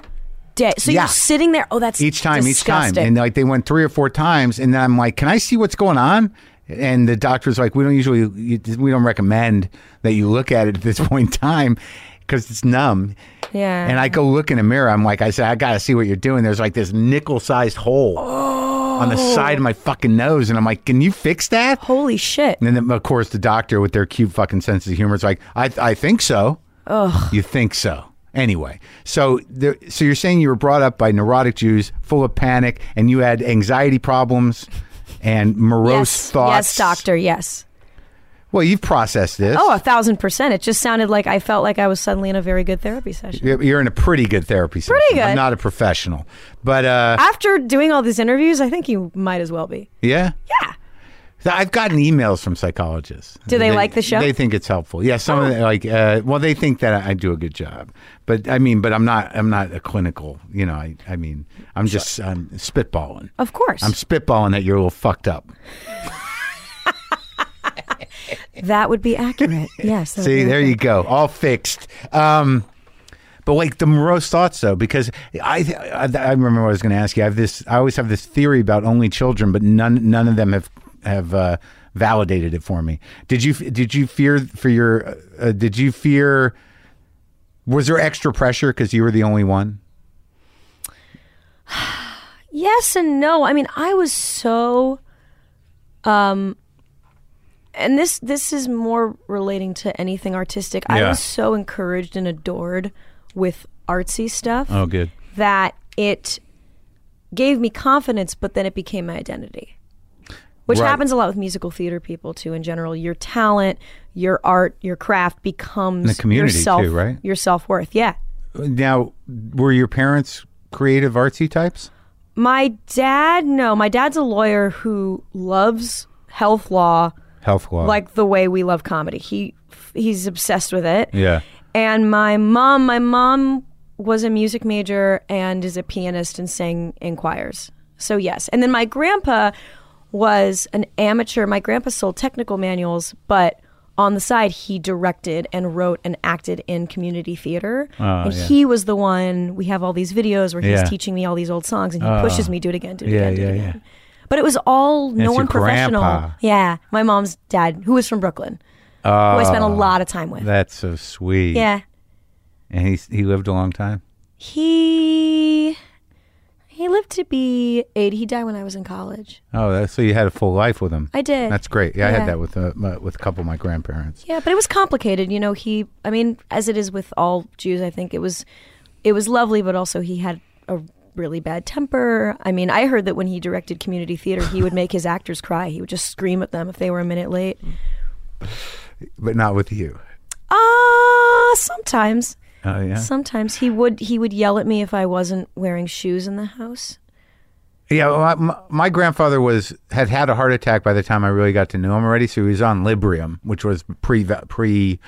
day. So
Yeah.
you're sitting there. Oh, that's
each time, each
disgusting.
time. And like they went three or four times. And then I'm like, can I see what's going on? And the doctor's like, we don't usually, you- we don't recommend that you look at it at this point in time because it's numb.
yeah.
And I go look in a mirror. I'm like, I said, I gotta see what you're doing. There's like this nickel-sized hole on the side of my fucking nose, and I'm like, can you fix that?
holy shit.
And then of course the doctor with their cute fucking sense of humor is like, I I think so. Ugh. You think so? Anyway, so there, so you're saying you were brought up by neurotic Jews, full of panic, and you had anxiety problems and morose
Yes,
thoughts.
yes, doctor. Yes.
Well, you've processed this.
Oh, a thousand percent. It just sounded like I felt like I was suddenly in a very good therapy session.
You're you're in a pretty good therapy session.
Pretty
I'm
good.
not a professional, but uh,
After doing all these interviews, I think you might as well be.
yeah.
Yeah.
So I've gotten emails from psychologists.
Do they like the show? Oh.
They think it's helpful. Yeah, some of them like uh, well, they think that I do a good job, but I mean, but I'm not. I'm not a clinical. You know, I. I mean, I'm just. I'm spitballing.
Of course.
I'm spitballing that you're a little fucked up.
that would be accurate. yes. that would
See,
be
there
accurate.
you go, all fixed. Um, but like the morose thoughts, though, because I I, I remember what I was going to ask you. I have this. I always have this theory about only children, but none none of them have have uh, validated it for me. Did you did you fear for your uh, did you fear? Was there extra pressure because you were the only one?
Yes and no. I mean, I was so um and this this is more relating to anything artistic. I
Yeah.
was so encouraged and adored with artsy stuff
Oh, good.
that it gave me confidence, but then it became my identity. Which
Right.
happens a lot with musical theater people too in general. Your talent, your art, your craft becomes
the community,
yourself,
too, right?
Your self worth. Yeah.
Now, were your parents creative artsy types?
My dad, no, my dad's a lawyer who loves health law
Health law.
like the way we love comedy. He he's obsessed with it.
yeah.
And my mom, my mom was a music major and is a pianist and sang in choirs. So yes. And then my grandpa was an amateur. My grandpa sold technical manuals, but on the side he directed and wrote and acted in community theater. and
Oh, yeah.
he was the one we have all these videos where he's
Yeah. Oh.
teaching me all these old songs and he pushes me do it again, do it
Yeah,
again, do
yeah,
it
yeah.
again. But it was all no
your
one professional.
grandpa.
Yeah, my mom's dad, who was from Brooklyn, who I
Oh.
spent a lot of time with.
That's so sweet.
yeah,
And he he lived a long time.
he he lived to be eight. He died when I was in college.
Oh, that's, so you had a full life with him.
I did.
That's great. Yeah, I
Yeah.
had that with uh, my, with a couple of my grandparents.
yeah, but it was complicated. You know, he. I mean, as it is with all Jews, I think it was it was lovely, but also he had a really bad temper. I mean, I heard that when he directed community theater, he would make his actors cry. He would just scream at them if they were a minute late.
But not with you.
Ah, sometimes.
Oh, yeah.
Sometimes he would he would yell at me if I wasn't wearing shoes in the house.
Yeah, well, my, my grandfather was had had a heart attack by the time I really got to know him already. So he was on Librium, which was pre pre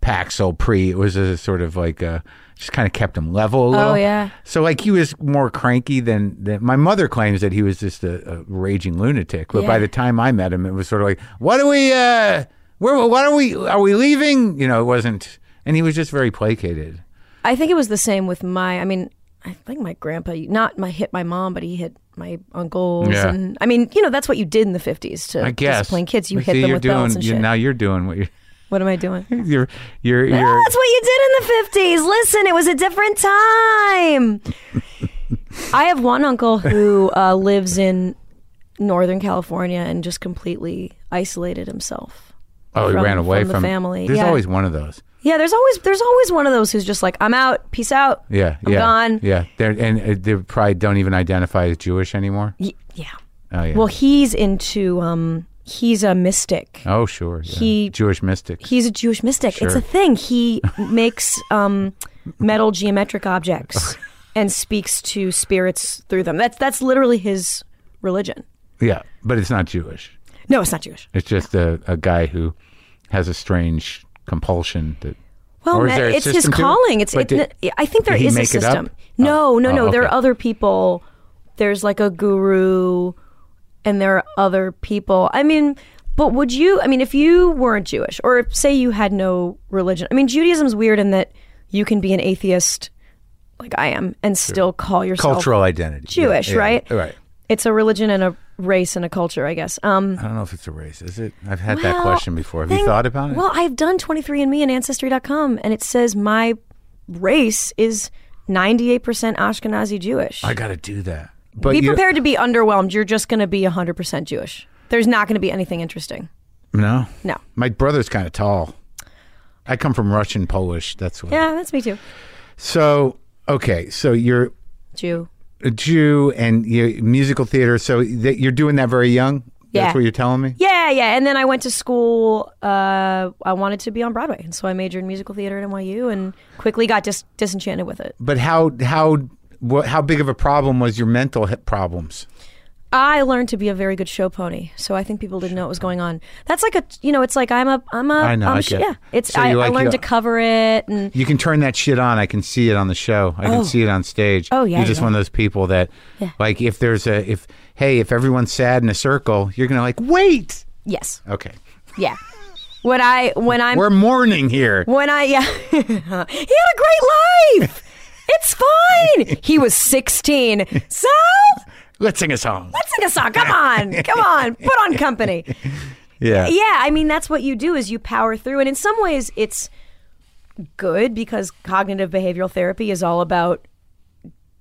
Paxil, pre. It was a sort of like a just kind of kept him level a little.
Oh, yeah.
So like he was more cranky than, than my mother claims that he was just a, a raging lunatic. But by
Yeah.
the time I met him, it was sort of like, what are we? Uh, where? What are we? Are we leaving? You know, it wasn't. And he was just very placated.
I think it was the same with my. I mean, I think my grandpa not my hit my mom, but he hit my uncles.
Yeah.
And I mean, you know, that's what you did in the fifties to
I guess
discipline kids. You
But
hit
see,
them
you're
with
doing,
belts and
you-
shit.
Now you're doing what you're.
what am I doing?
You're, you're,
Ah,
you're,
that's what you did in the 50s. Listen, it was a different time. I have one uncle who uh, lives in Northern California and just completely isolated himself.
Oh, he
from-
ran away
from
from,
the family,
There's
yeah.
always one of those.
Yeah, there's always there's always one of those who's just like, I'm out, peace out,
Yeah,
I'm
yeah,
gone.
Yeah, they're, and uh, they probably don't even identify as Jewish anymore.
Y- yeah.
Oh yeah.
Well, he's into um, he's a mystic.
oh sure. yeah.
he-
Jewish mystic.
He's a Jewish mystic. It's a thing. He makes um, metal geometric objects and speaks to spirits through them. That's that's literally his religion.
yeah, but it's not Jewish.
No, it's not Jewish.
It's just a, a guy who has a strange compulsion that.
Well,
Or is
Matt,
there a
it's his
system to it?
calling. It's
But
it,
did-
I think there
did he
is a
make it up?
system. No,
Oh.
no, no.
Oh,
There are
okay.
other people. There's like a guru, and there are other people. I mean, but would you? I mean, if you weren't Jewish, or if, say you had no religion. I mean, Judaism's weird in that you can be an atheist, like I am, and still call yourself
Cultural identity.
Oh, Jewish,
Yeah, yeah,
right?
Right.
It's a religion and a race and a culture, I guess. Um,
I don't know if it's a race, is it? I've had that
well,
question before. Have you
thing-
thought about it?
Well, I've done 23andMe and Ancestry.com, and it says my race is 98% Ashkenazi Jewish.
I got to do that. But
be
you-
prepared to be underwhelmed. You're just going to be 100% Jewish. There's not going to be anything interesting.
No.
No.
My brother's kind of tall. I come from Russian Polish. That's what.
Yeah, that's me too.
So okay, so you're
Jew.
a Jew and you musical theater. So that you're doing that very young.
Yeah.
That's what you're telling me.
Yeah, yeah. And then I went to school. Uh, I wanted to be on Broadway, and so I majored in musical theater at NYU, and quickly got dis- disenchanted with it.
But how how what, how big of a problem was your mental he- problems?
I learned to be a very good show pony, so I think people didn't know what was going on. That's like a, you know, it's like I'm a, I'm a,
I know,
am
I
a sh-
get it.
yeah. It's
So
I,
you
I
like
learned
your-
to cover it, and
You can turn that shit on. I can see it on the show. I can see it on stage.
Oh, yeah,
You're just
yeah.
one of those people that,
Yeah.
like, if there's a if hey if everyone's sad in a circle, you're gonna like wait.
yes,
Okay,
yeah. When I, when I'm,
we're mourning here.
when I, yeah, he had a great life. It's fine. He was 16, so
Let's sing a song.
let's sing a song. Come on, come on, put on company.
Yeah.
yeah i mean that's what you do is you power through and in some ways it's good because cognitive behavioral therapy is all about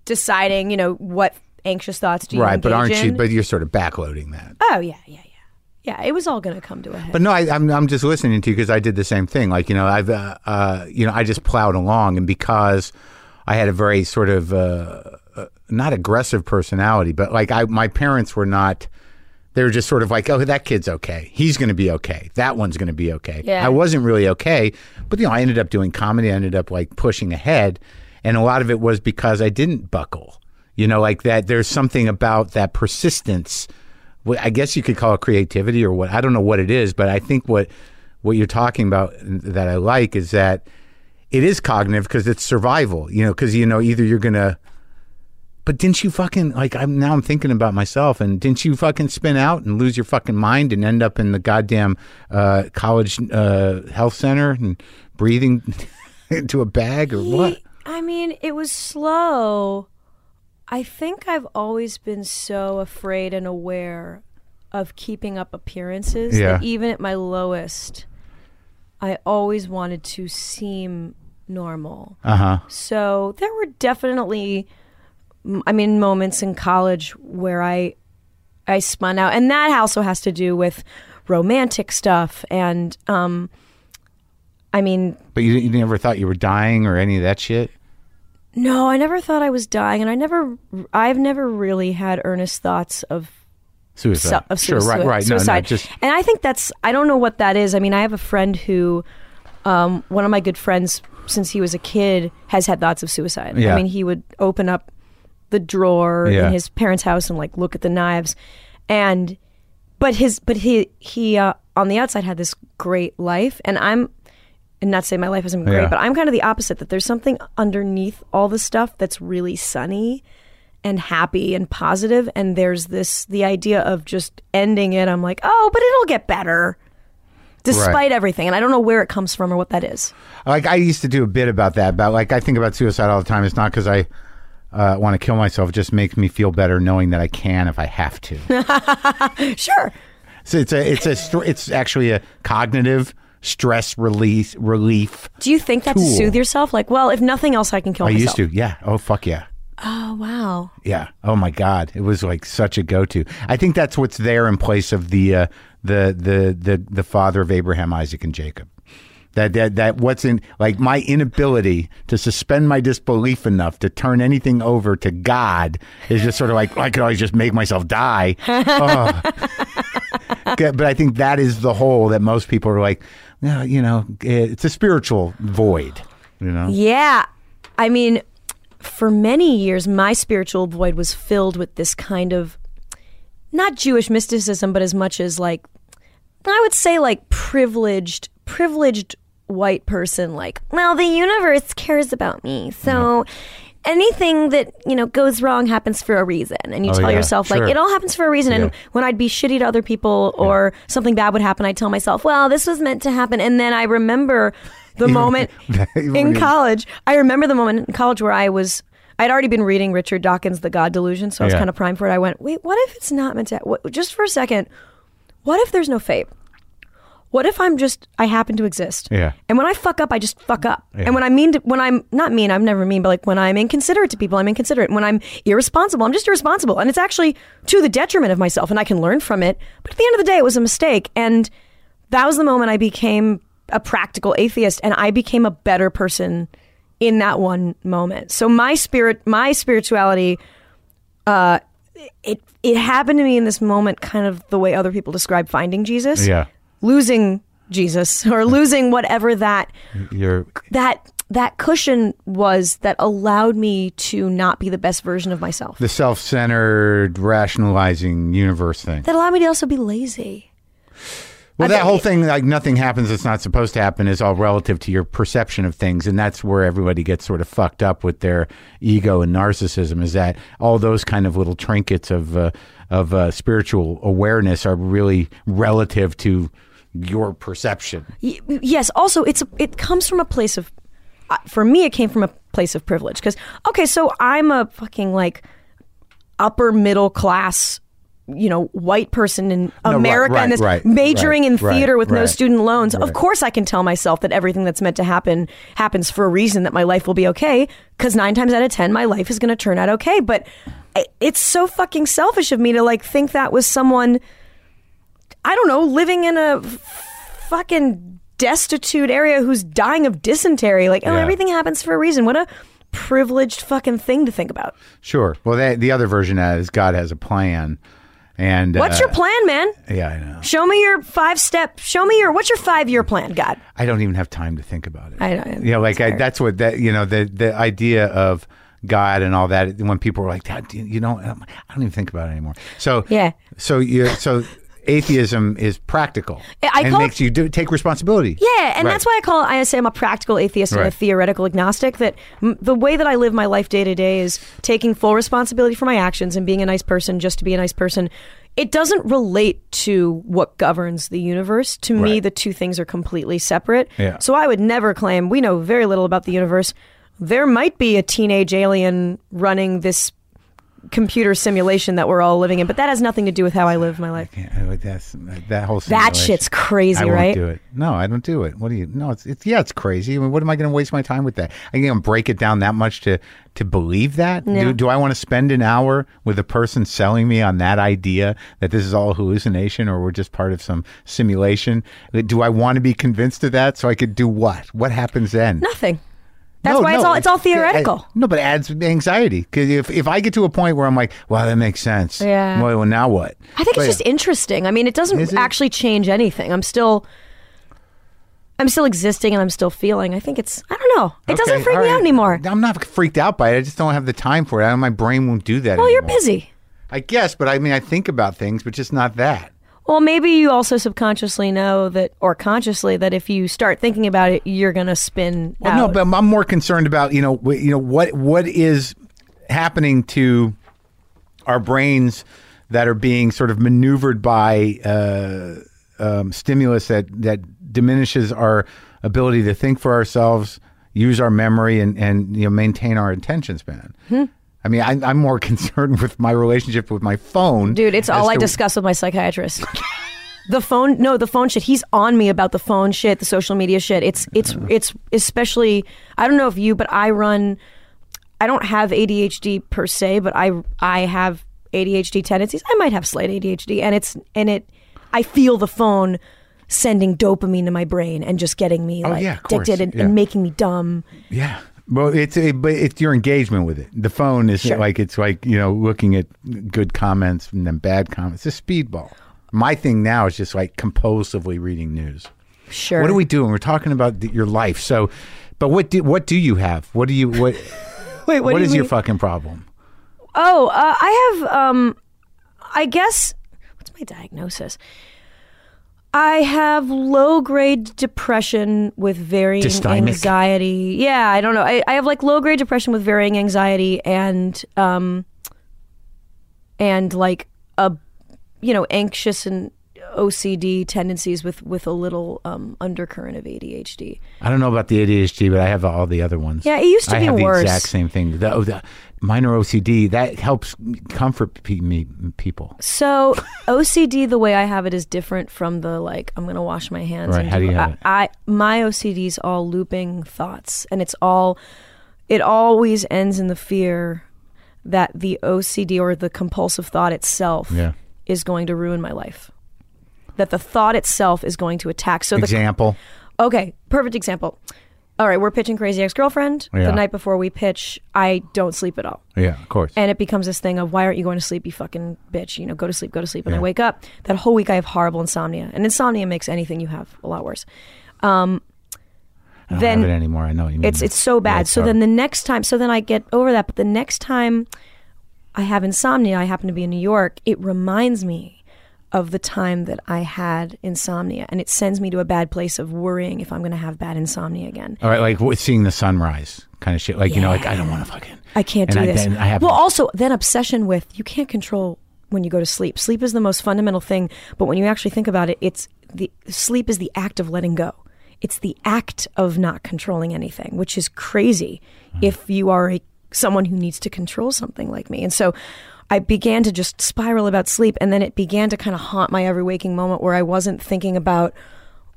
deciding you know what anxious thoughts do you
Right, but
engage
aren't you?
in.
But you're sort of backloading that.
oh yeah yeah yeah yeah it was all gonna come to a head
But no, I, I'm I'm just listening to you because I did the same thing. Like you know, I've uh, uh, you know I just plowed along, and because I had a very sort of uh, uh, not aggressive personality, but like I my parents were not. They were just sort of like, oh, that kid's okay. He's going to be okay. That one's going to be okay.
Yeah.
I wasn't really okay, but you know, I ended up doing comedy. I ended up like pushing ahead, and a lot of it was because I didn't buckle. You know, like that. There's something about that persistence. wh- I guess you could call it creativity or what. I don't know what it is, but I think what what you're talking about that I like is that it is cognitive because it's survival. You know, because you know either you're gonna but didn't you fucking like I'm now I'm thinking about myself and didn't you fucking spin out and lose your fucking mind and end up in the goddamn uh, college uh, health center and breathing into a bag or what?
I mean, it was slow. I think I've always been so afraid and aware of keeping up appearances
Yeah.
that even at my lowest, I always wanted to seem normal.
Uh huh.
So there were definitely, m- I mean, moments in college where I, I spun out, and that also has to do with romantic stuff and, um, I mean,
But you, you never thought you were dying or any of that shit.
No, I never thought I was dying, and I never, I've never really had earnest thoughts of
Suicide.
su- of
sure.
suicide.
Right. Right. No. No.
suicide.
Just
and I think that's I don't know what that is. I mean, I have a friend who, um, one of my good friends since he was a kid has had thoughts of suicide.
Yeah.
I mean, he would open up the drawer
Yeah.
in his parents' house and like look at the knives, and but his but he he uh, on the outside had this great life, and I'm. And not say my life isn't great,
Yeah.
but I'm kind of the opposite. That there's something underneath all the stuff that's really sunny, and happy and positive and there's this the idea of just ending it i'm like oh but it'll get better despite
Right.
everything and i don't know where it comes from or what that is
like I used to do a bit about that. About like I think about suicide all the time. It's not because I uh, want to kill myself. It just makes me feel better knowing that I can if I have to.
sure
So it's a it's a str- it's actually a cognitive stress release relief.
do you think that
Tool.
to soothe yourself like well if nothing else i can kill
I
myself
used to, yeah. Oh fuck yeah,
oh wow
yeah. Oh my god, it was like such a go to. I think that's what's there in place of the uh, the the the the father of Abraham, Isaac, and Jacob. That, that that what's in like my inability to suspend my disbelief enough to turn anything over to God is just sort of like I could always just make myself die. Okay, but I think that is the hole that most people are like, no, you know, it's a spiritual void, you know.
yeah i mean for many years my spiritual void was filled with this kind of not jewish mysticism but as much as like I would say like privileged, privileged white person, like, well, the universe cares about me. So
Mm-hmm.
anything that, you know, goes wrong happens for a reason. And you
Oh,
tell
yeah,
yourself,
sure.
like, it all happens for a reason. And
Yeah.
when I'd be shitty to other people or something bad would happen, I'd tell myself, well, this was meant to happen. And then I remember the moment in college. I remember the moment in college where I was. I'd already been reading Richard Dawkins' The God Delusion, so I was
Yeah.
kind of primed for it. I went, wait, what if it's not meant to? What, just for a second, what if there's no fate? What if I'm just I happen to exist?
Yeah.
And when I fuck up, I just fuck up.
Yeah.
And when I mean to, when I'm not mean, I'm never mean, but like when I'm inconsiderate to people, I'm inconsiderate. And when I'm irresponsible, I'm just irresponsible. And it's actually to the detriment of myself and I can learn from it. But at the end of the day, it was a mistake and that was the moment I became a practical atheist and I became a better person in that one moment. So my spirit my spirituality uh, it it happened to me in this moment kind of the way other people describe finding Jesus.
Yeah.
Losing Jesus or losing whatever that
You're
that that cushion was that allowed me to not be the best version of myself.
the self-centered, rationalizing universe thing.
that allowed me to also be lazy.
Well,
I
that
bet-
whole thing, like nothing happens that's not supposed to happen, is all relative to your perception of things, and that's where everybody gets sort of fucked up with their ego and narcissism. Is that all those kind of little trinkets of uh, of uh, spiritual awareness are really relative to your perception?
Y- yes, also it's it comes from a place of uh, for me it came from a place of privilege cuz okay, so I'm a fucking like upper middle class you know, white person in
right,
America
right,
and this
right,
majoring in
right,
theater with no
right,
student loans.
right.
Of course, I can tell myself that everything that's meant to happen happens for a reason, that my life will be okay, because nine times out of 10, my life is going to turn out okay. But I- it's so fucking selfish of me to like think that was someone, I don't know, living in a fucking destitute area who's dying of dysentery. Like, oh,
Yeah.
everything happens for a reason. What a privileged fucking thing to think about.
Sure. Well, that, the other version of that is God has a plan, And
What's
uh,
your plan, man?
Yeah, I know.
Show me your five step. Show me your. What's your five year plan, God?
I don't even have time to think about it.
I don't-
You know, like I,
sorry.
that's what that you know the the idea of God and all that. When people are like, "Dad, do you you know, I don't I don't even think about it anymore. So
Yeah.
so you so atheism is practical.
I- I
and
call it-
makes you do take responsibility.
Yeah, and
Right.
that's why I call I say I'm a practical atheist and a
Right.
theoretical agnostic. That m- the way that I live my life day to day is taking full responsibility for my actions and being a nice person just to be a nice person. It doesn't relate to what governs the universe. To me,
Right.
the two things are completely separate.
Yeah.
So I would never claim we know very little about the universe. There might be a teenage alien running this computer simulation that we're all living in, but that has nothing to do with how I live my life.
Yeah, like that's that whole simulation.
That shit's crazy,
I won't
right?
do it. No, I don't do it. What do you? No, it's, it's yeah, it's crazy. I mean, what am I going to waste my time with that? I'm going to break it down that much to to believe that. Do, do I want to spend an hour with a person selling me on that idea that this is all hallucination or we're just part of some simulation? Do I want to be convinced of that so I could do what? What happens then?
Nothing. That's
No,
why it's
no,
all it's all theoretical.
I- no, but it adds anxiety because if, if I get to a point where I'm like, wow, that makes sense.
Yeah.
Well, now what?
I think
But-
it's just interesting. I mean, it doesn't
Is it?
actually change anything. I'm still I'm still existing and I'm still feeling. I think it's I don't know. It doesn't
Okay,
freak
all
me
right.
out anymore.
I'm not freaked out by it. I just don't have the time for it. I, my brain won't do that.
well, you're
anymore.
busy.
I guess, but I mean, I think about things, but just not that.
Well, maybe you also subconsciously know that or consciously that if you start thinking about it, you're going to spin
Well,
out.
no, but I'm- I'm more concerned about you know wh- you know what what is happening to our brains that are being sort of maneuvered by uh, um, stimulus that that diminishes our ability to think for ourselves, use our memory, and and you know maintain our attention span.
Hmm.
I mean, I, I'm more concerned with my relationship with my phone,
Dude, it's
as
all I
to-
discuss with my psychiatrist. the phone, no, the phone shit. He's on me about the phone shit, the social media shit. It's it's it's especially. I don't know if you, but I run. I don't have ADHD per se, but I I have ADHD tendencies. I might have slight ADHD, and it's and it. I feel the phone sending dopamine to my brain and just getting me like
Oh, yeah, of course.
addicted and,
Yeah.
and making me dumb.
Yeah. Well, it's a, but it's your engagement with it. The phone is like it's like you know looking at good comments and then bad comments. It's a speedball. My thing now is just like compulsively reading news.
Sure.
What are we doing? We're talking about the, your life. So, but what do what do you have? What do you what?
Wait,
what
what, do you
is your
mean?
fucking problem?
Oh, uh, I have. Um, I guess what's my diagnosis? I have low grade depression with varying
Dysthymic?
anxiety. Yeah, I don't know. I, I have like low grade depression with varying anxiety and um and like a you know anxious and OCD tendencies with with a little um undercurrent of ADHD.
I don't know about the ADHD, but I have all the other ones.
Yeah, it used to
I
be
have
worse.
the exact same thing. The, oh, the minor OCD that helps comfort pe- me people.
So OCD, the way I have it, is different from the like I'm gonna wash my hands.
Right,
and
how do you have
I,
it?
I my OCD's all looping thoughts, and it's all it always ends in the fear that the OCD or the compulsive thought itself
Yeah.
is going to ruin my life. That the thought itself is going to attack. So the
Example.
Okay, perfect example. All right, we're pitching Crazy Ex Girlfriend.
Yeah.
The night before we pitch, I don't sleep at all.
Yeah, of course.
And it becomes this thing of why aren't you going to sleep, you fucking bitch? You know, go to sleep, go to sleep. And
Yeah.
I wake up. That whole week I have horrible insomnia. And insomnia makes anything you have a lot worse. Um,
I don't
then
have it anymore. I know what you mean.
it's it's so bad. so then the next time so then I get over that, but the next time I have insomnia, I happen to be in New York, it reminds me of the time that I had insomnia and it sends me to a bad place of worrying if I'm gonna have bad insomnia again.
All right, like w- seeing the sunrise kind of shit. Like, you know, like, I don't want to fucking.
I can't
and
do
I,
this.
Then I have,
well, also then obsession with you can't control when you go to sleep. Sleep is the most fundamental thing, but when you actually think about it, it's the sleep is the act of letting go. It's the act of not controlling anything, which is crazy
Mm-hmm.
if you are a, someone who needs to control something like me. And so I began to just spiral about sleep and then it began to kind of haunt my every waking moment where I wasn't thinking about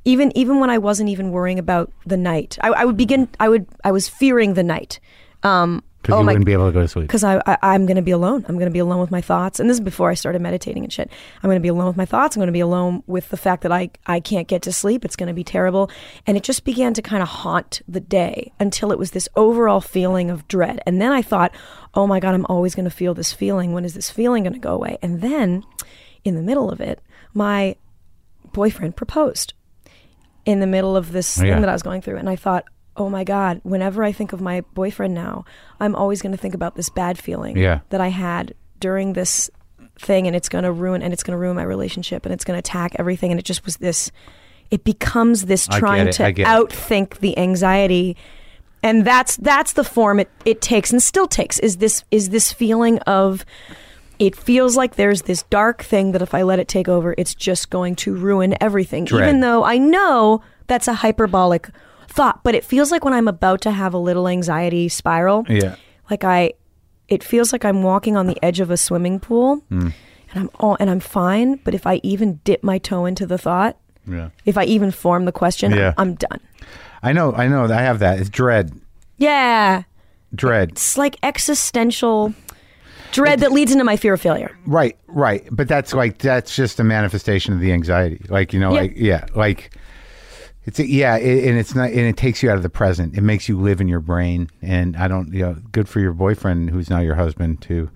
even even when I wasn't even worrying about the night. I, I would begin I would I was fearing the night. Um,
because
oh
you
my-
wouldn't be able to go to sleep.
because I, I I'm going to be alone. I'm going to be alone with my thoughts. And this is before I started meditating and shit. I'm going to be alone with my thoughts. I'm going to be alone with the fact that I I can't get to sleep. It's going to be terrible. And it just began to kind of haunt the day until it was this overall feeling of dread. And then I thought, oh my god, I'm always going to feel this feeling. When is this feeling going to go away? And then in the middle of it, my boyfriend proposed in the middle of this
yeah.
thing that I was going through. And I thought, oh my God, whenever I think of my boyfriend now, I'm always going to think about this bad feeling
Yeah.
that I had during this thing. And it's going to ruin, and it's going to ruin my relationship and it's going to attack everything. And it just was this, it becomes this
I get
trying
it,
to
I get it.
outthink the anxiety. And that's that's the form it, it takes and still takes is this is this feeling of it feels like there's this dark thing that if I let it take over, it's just going to ruin everything.
Dread.
Even though Oh, I know that's a hyperbolic thought, but it feels like when I'm about to have a little anxiety spiral,
Yeah.
like I, it feels like I'm walking on the edge of a swimming pool,
Mm.
and I'm all and I'm fine. But if I even dip my toe into the thought,
Yeah.
if I even form the question,
Yeah.
I'm, I'm done.
I know. I know. I have that. It's dread.
Yeah,
Dread.
it's like existential dread that leads into my fear of failure.
Right. Right. But that's like that's just a manifestation of the anxiety. Like you know.
Yeah.
Like yeah. Like it's yeah. It, and it's not. And it takes you out of the present. It makes you live in your brain. And I don't. You know. Good for your boyfriend, who's now your husband, to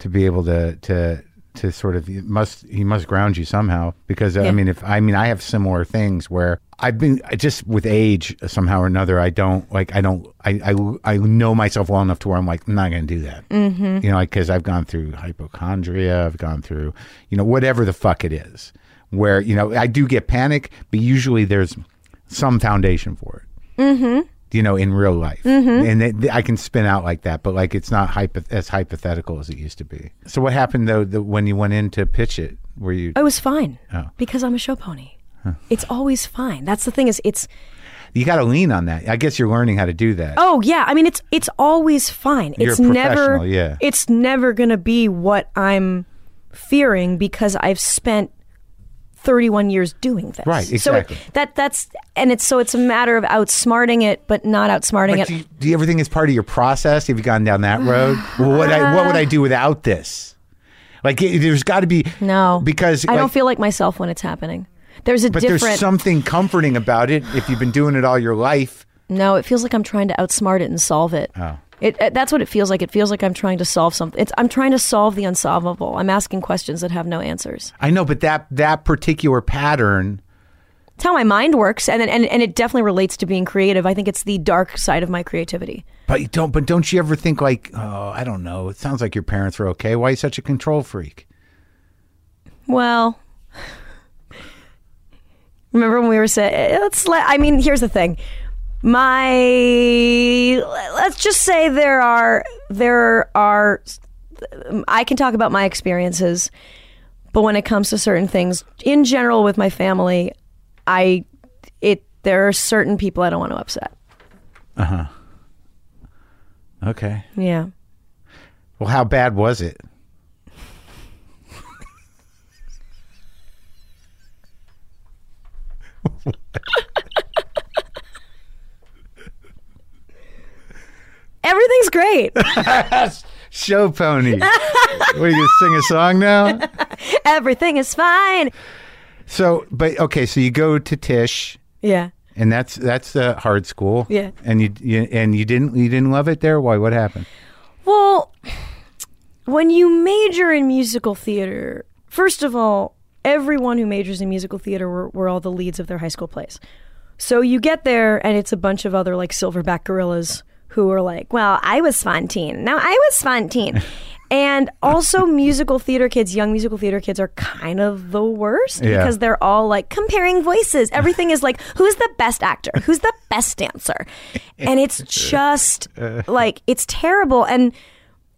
to be able to to to sort of it must he must ground you somehow because I
Yeah.
mean if I mean I have similar things where I've been I just with age somehow or another I don't like I don't I I, I know myself well enough to where I'm like I'm not going to do that mm-hmm. you know like because I've gone through hypochondria I've gone through you know whatever the fuck it is where you know I do get panic but usually there's some foundation for it you know, in real life. And it, I can spin out like that, but like it's not hypo- as hypothetical as it used to be. So what happened though the, when you went in to pitch it? Were you
I was fine
Oh.
because I'm a show pony. It's always fine. That's the thing is it's
you got to lean on that? I guess you're learning how to do that.
oh yeah, I mean it's it's always fine.
You're
it's
a
never
professional, yeah.
it's never going to be what I'm fearing because I've spent 31 years doing this.
Right, exactly.
So it- that that's and it's so it's a matter of outsmarting it but not outsmarting
Like,
it.
do, you, do you ever think it's part of your process? Have you gone down that road? well, what I, what would I do without this? Like it, there's got to be
no.
because
I don't
like-
feel like myself when it's happening. There's a
But
different
there's something comforting about it if you've been doing it all your life.
No, it feels like I'm trying to outsmart it and solve it. Oh. It, uh, that's what it feels like. It feels like I'm trying to solve something. It's, I'm trying to solve the unsolvable. I'm asking questions that have no answers.
I know, but that that particular pattern
It's how my mind works, and, then- and and it definitely relates to being creative. I think it's the dark side of my creativity.
But you don't. But don't you ever think like, oh, I don't know. It sounds like your parents were okay. Why are you such a control freak?
Well, remember when we were saying, let's let, I mean, here's the thing. My, let's just say there are, there are, I can talk about my experiences, but when it comes to certain things, in general with my family, I, it, there are certain people I don't want to upset.
Okay.
Yeah.
Well, how bad was it?
Everything's great.
Show pony. what are you gonna sing a song now?
Everything is fine.
So, but okay. So you go to Tish,
Yeah.
and that's that's the hard school.
Yeah.
And you, you and you didn't you didn't love it there. Why? What happened?
Well, when you major in musical theater, first of all, everyone who majors in musical theater were, were all the leads of their high school plays. So you get there, and it's a bunch of other like silverback gorillas who are like, "Well, I was Fontaine. Now I was Fontaine." And also, musical theater kids, young musical theater kids, are kind of the worst
Yeah.
because they're all like comparing voices. Everything is like, who's the best actor? Who's the best dancer? And it's just
Uh.
like, it's terrible. And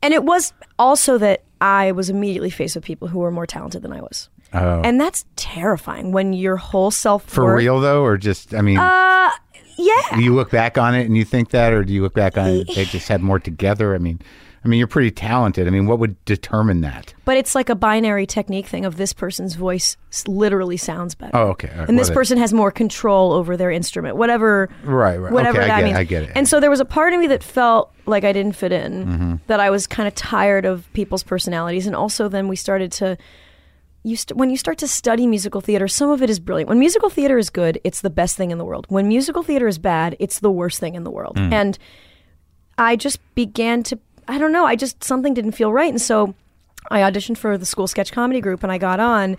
and it was also that I was immediately faced with people who were more talented than I was. Oh. And that's terrifying when your whole self
For real though, or just I mean,
Uh, Yeah.
do you look back on it and you think that, or do you look back on it, they just had more together? I mean, I mean, you're pretty talented. I mean, what would determine that?
But it's like a binary technique thing of this person's voice s- literally sounds better.
Oh, okay. All right.
And this
Well,
person has more control over their instrument, whatever.
Right, right.
Whatever
Okay, I
that
get it,
means.
I get it.
And so there was a part of me that felt like I didn't fit in,
Mm-hmm.
that I was kind of tired of people's personalities, and also then we started to. You st- when you start to study musical theater, some of it is brilliant. When musical theater is good, it's the best thing in the world. When musical theater is bad, it's the worst thing in the world.
Mm.
And I just began to I don't know, I just something didn't feel right and so I auditioned for the school sketch comedy group and I got on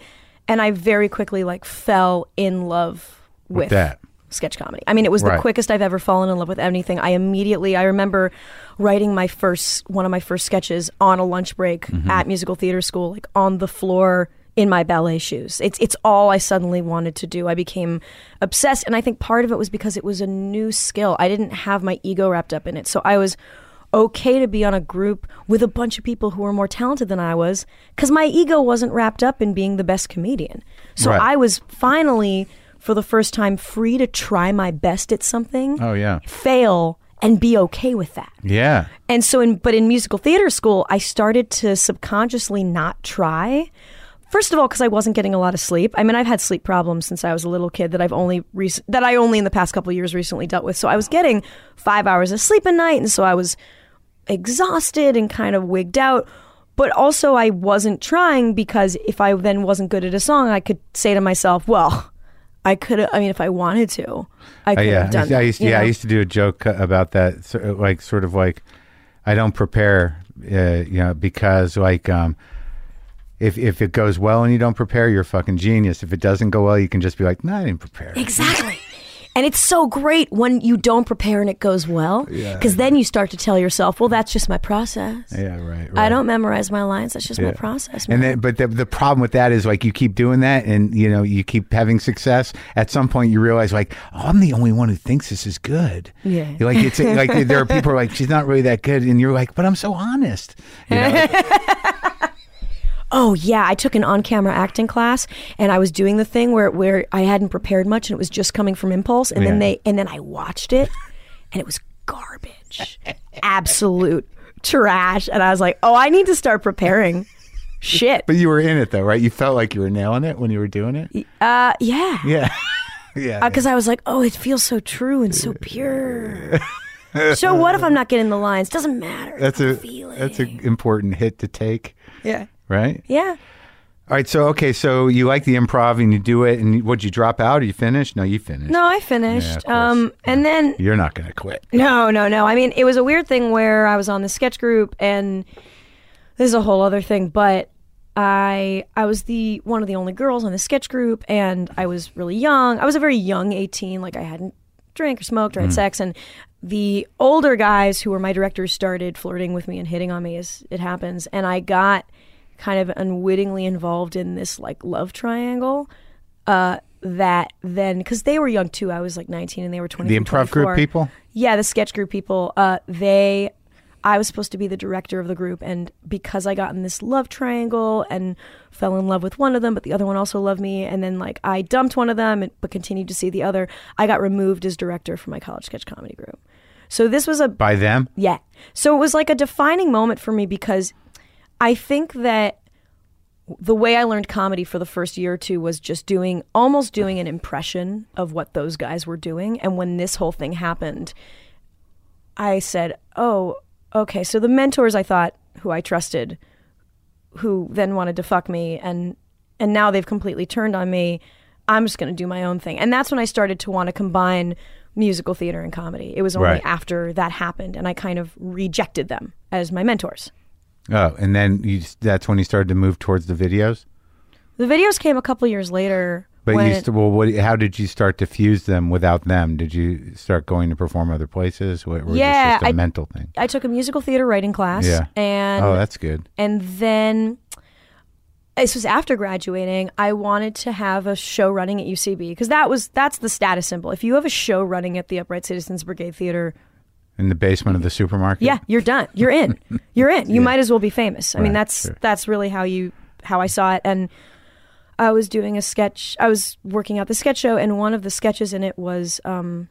and I very quickly like fell in love with,
that.
sketch comedy. I mean, it was
Right.
the quickest I've ever fallen in love with anything. I immediately I remember writing my first one of my first sketches on a lunch break at musical theater school like on the floor in my ballet shoes. It's it's all I suddenly wanted to do. I became obsessed and I think part of it was because it was a new skill. I didn't have my ego wrapped up in it. So I was okay to be on a group with a bunch of people who were more talented than I was because my ego wasn't wrapped up in being the best comedian. So
Right.
I was finally, for the first time, free to try my best at something,
Oh yeah.
fail, and be okay with that.
Yeah.
And so, in but in musical theater school, I started to subconsciously not try. First of all, because I wasn't getting a lot of sleep. I mean, I've had sleep problems since I was a little kid that I've only rec- that I only in the past couple of years recently dealt with. So I was getting five hours of sleep a night, and so I was exhausted and kind of wigged out. But also, I wasn't trying because if I then wasn't good at a song, I could say to myself, "Well, I could. I mean, if I wanted to, I
Uh,
could
yeah,
have done."
I,
that,"
used to,
you
yeah, I
know?
used to do a joke uh, about that, so, uh, like sort of like I don't prepare, uh, you know, because like um, if if it goes well and you don't prepare, you're a fucking genius. If it doesn't go well, you can just be like, no, I didn't prepare.
Exactly. And it's so great when you don't prepare and it goes well, because then you start to tell yourself, "Well, that's just my process.
Yeah, right. right.
I don't memorize my lines. That's just my
Yeah.
process."
And
man."
then, but the, the problem with that is like you keep doing that, and you know you keep having success. At some point, you realize like oh, I'm the only one who thinks this is good.
Yeah.
like it's like there are people who are like she's not really that good, and you're like, but I'm so honest. You know?
oh yeah, I took an on-camera acting class, and I was doing the thing where where I hadn't prepared much, and it was just coming from impulse. And
Yeah.
then they and then I watched it, and it was garbage, absolute trash. And I was like, "Oh, I need to start preparing." Shit.
But you were in it though, right? You felt like you were nailing it when you were doing it.
Uh, yeah.
Yeah, yeah.
because I was like, oh, it feels so true and so pure. so what if I'm not getting the lines? Doesn't matter.
that's
I
a
feel it.
that's an important hit to take,
yeah,
right?
yeah.
All right. So okay, so you like the improv and you do it, and would you drop out? Are you finished? No, you finished.
No, I finished.
of course.
um, and then
You're not gonna quit.
no, no, no. I mean, it was a weird thing where I was on the sketch group, and this is a whole other thing, but. I I was the one of the only girls on the sketch group, and I was really young. I was a very young eighteen, like I hadn't drank or smoked or had sex, and the older guys who were my directors started flirting with me and hitting on me as it happens, and I got kind of unwittingly involved in this like love triangle. Uh, that then because they were young too. I was like nineteen, and they were twenty.
The improv group people.
Yeah, the sketch group people. Uh, they, I was supposed to be the director of the group, and because I got in this love triangle and fell in love with one of them, but the other one also loved me, and then like I dumped one of them, and, but continued to see the other. I got removed as director from my college sketch comedy group. So this was a
By them.
yeah. So it was like a defining moment for me because I think that the way I learned comedy for the first year or two was just doing almost doing an impression of what those guys were doing. And when this whole thing happened, I said, Oh, okay. So the mentors I thought who I trusted, who then wanted to fuck me and and now they've completely turned on me. I'm just gonna do my own thing. And that's when I started to want to combine musical theater and comedy. It was only
Right.
after that happened and I kind of rejected them as my mentors.
Oh, and then you, that's when you started to move towards the videos.
The videos came a couple years later.
But
when-
you st- well, what, how did you start to fuse them without them? Did you start going to perform other places? What, was this
Yeah,
just a
I-
mental thing?
I took a musical theater writing class.
Yeah.
And
oh, that's good.
and then this was after graduating. I wanted to have a show running at UCB because that was that's the status symbol. If you have a show running at the Upright Citizens Brigade Theater,
In the basement of the supermarket.
yeah, you're done. You're in. You're in. You might as well be famous. I mean,
Right,
that's
sure.
that's really how you how I saw it. And I was doing a sketch. I was working out the sketch show, and one of the sketches in it was um,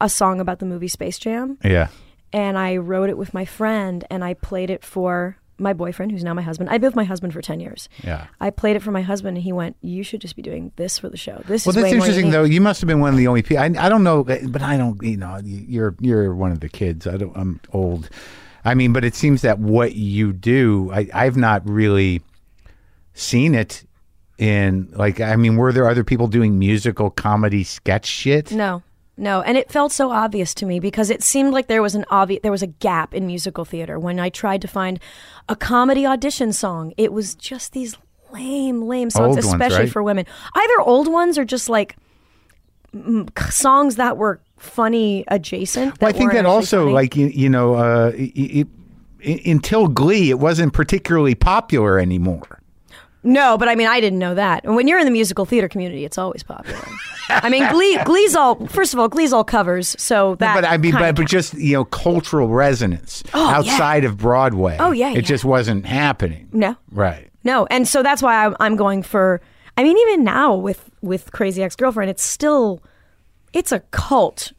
a song about the movie Space Jam.
yeah,
and I wrote it with my friend and I played it for my boyfriend who's now my husband. I've been with my husband for 10 years.
yeah.
I played it for my husband and he went, "You should just be doing this for the show. This
Well,
is
that's
way more
interesting
unique."
though. You must have been one of the only people. I, I don't know, but I don't. You know, you're you're one of the kids. I don't. I'm old. I mean, but it seems that what you do, I, I've not really seen it in like. I mean, were there other people doing musical comedy sketch shit?
No. No, and it felt so obvious to me because it seemed like there was an obvious there was a gap in musical theater when I tried to find a comedy audition song. It was just these lame, lame songs,
Old ones,
especially
right?
for women. Either old ones or just like mm, k- songs that were funny adjacent.
Well, I think
weren't
that
actually
also,
funny.
like you, you know, uh, i i i- until Glee, it wasn't particularly popular anymore.
No, but I mean, I didn't know that. And when you're in the musical theater community, it's always popular. I mean, Glee, Glee's all. First of all, Glee's all covers, so that.
but I mean,
kinda
but, but just you know, cultural resonance outside of Broadway.
Oh, yeah,
it
yeah.
just wasn't happening.
No.
Right.
No, and so that's why I'm, I'm going for. I mean, even now with with Crazy Ex Girlfriend, it's still, it's a cult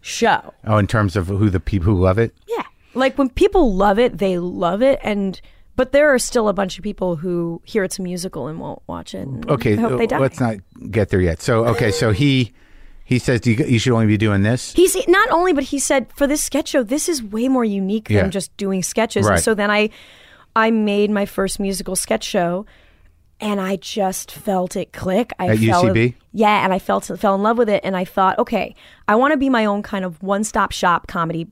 show.
Oh, in terms of who the people who love it.
Yeah, like when people love it, they love it, and but there are still a bunch of people who hear it's a musical and won't watch it. and
Okay, uh,
I hope they die.
let's not get there yet. So, okay, so he he says you, you should only be doing this.
He's not only, but he said for this sketch show, this is way more unique
Yeah.
than just doing sketches.
Right.
And so then I, I made my first musical sketch show, and I just felt it click. I
At
fell
UCB?
yeah, and I felt fell in love with it, and I thought, okay, I want to be my own kind of one stop shop comedy.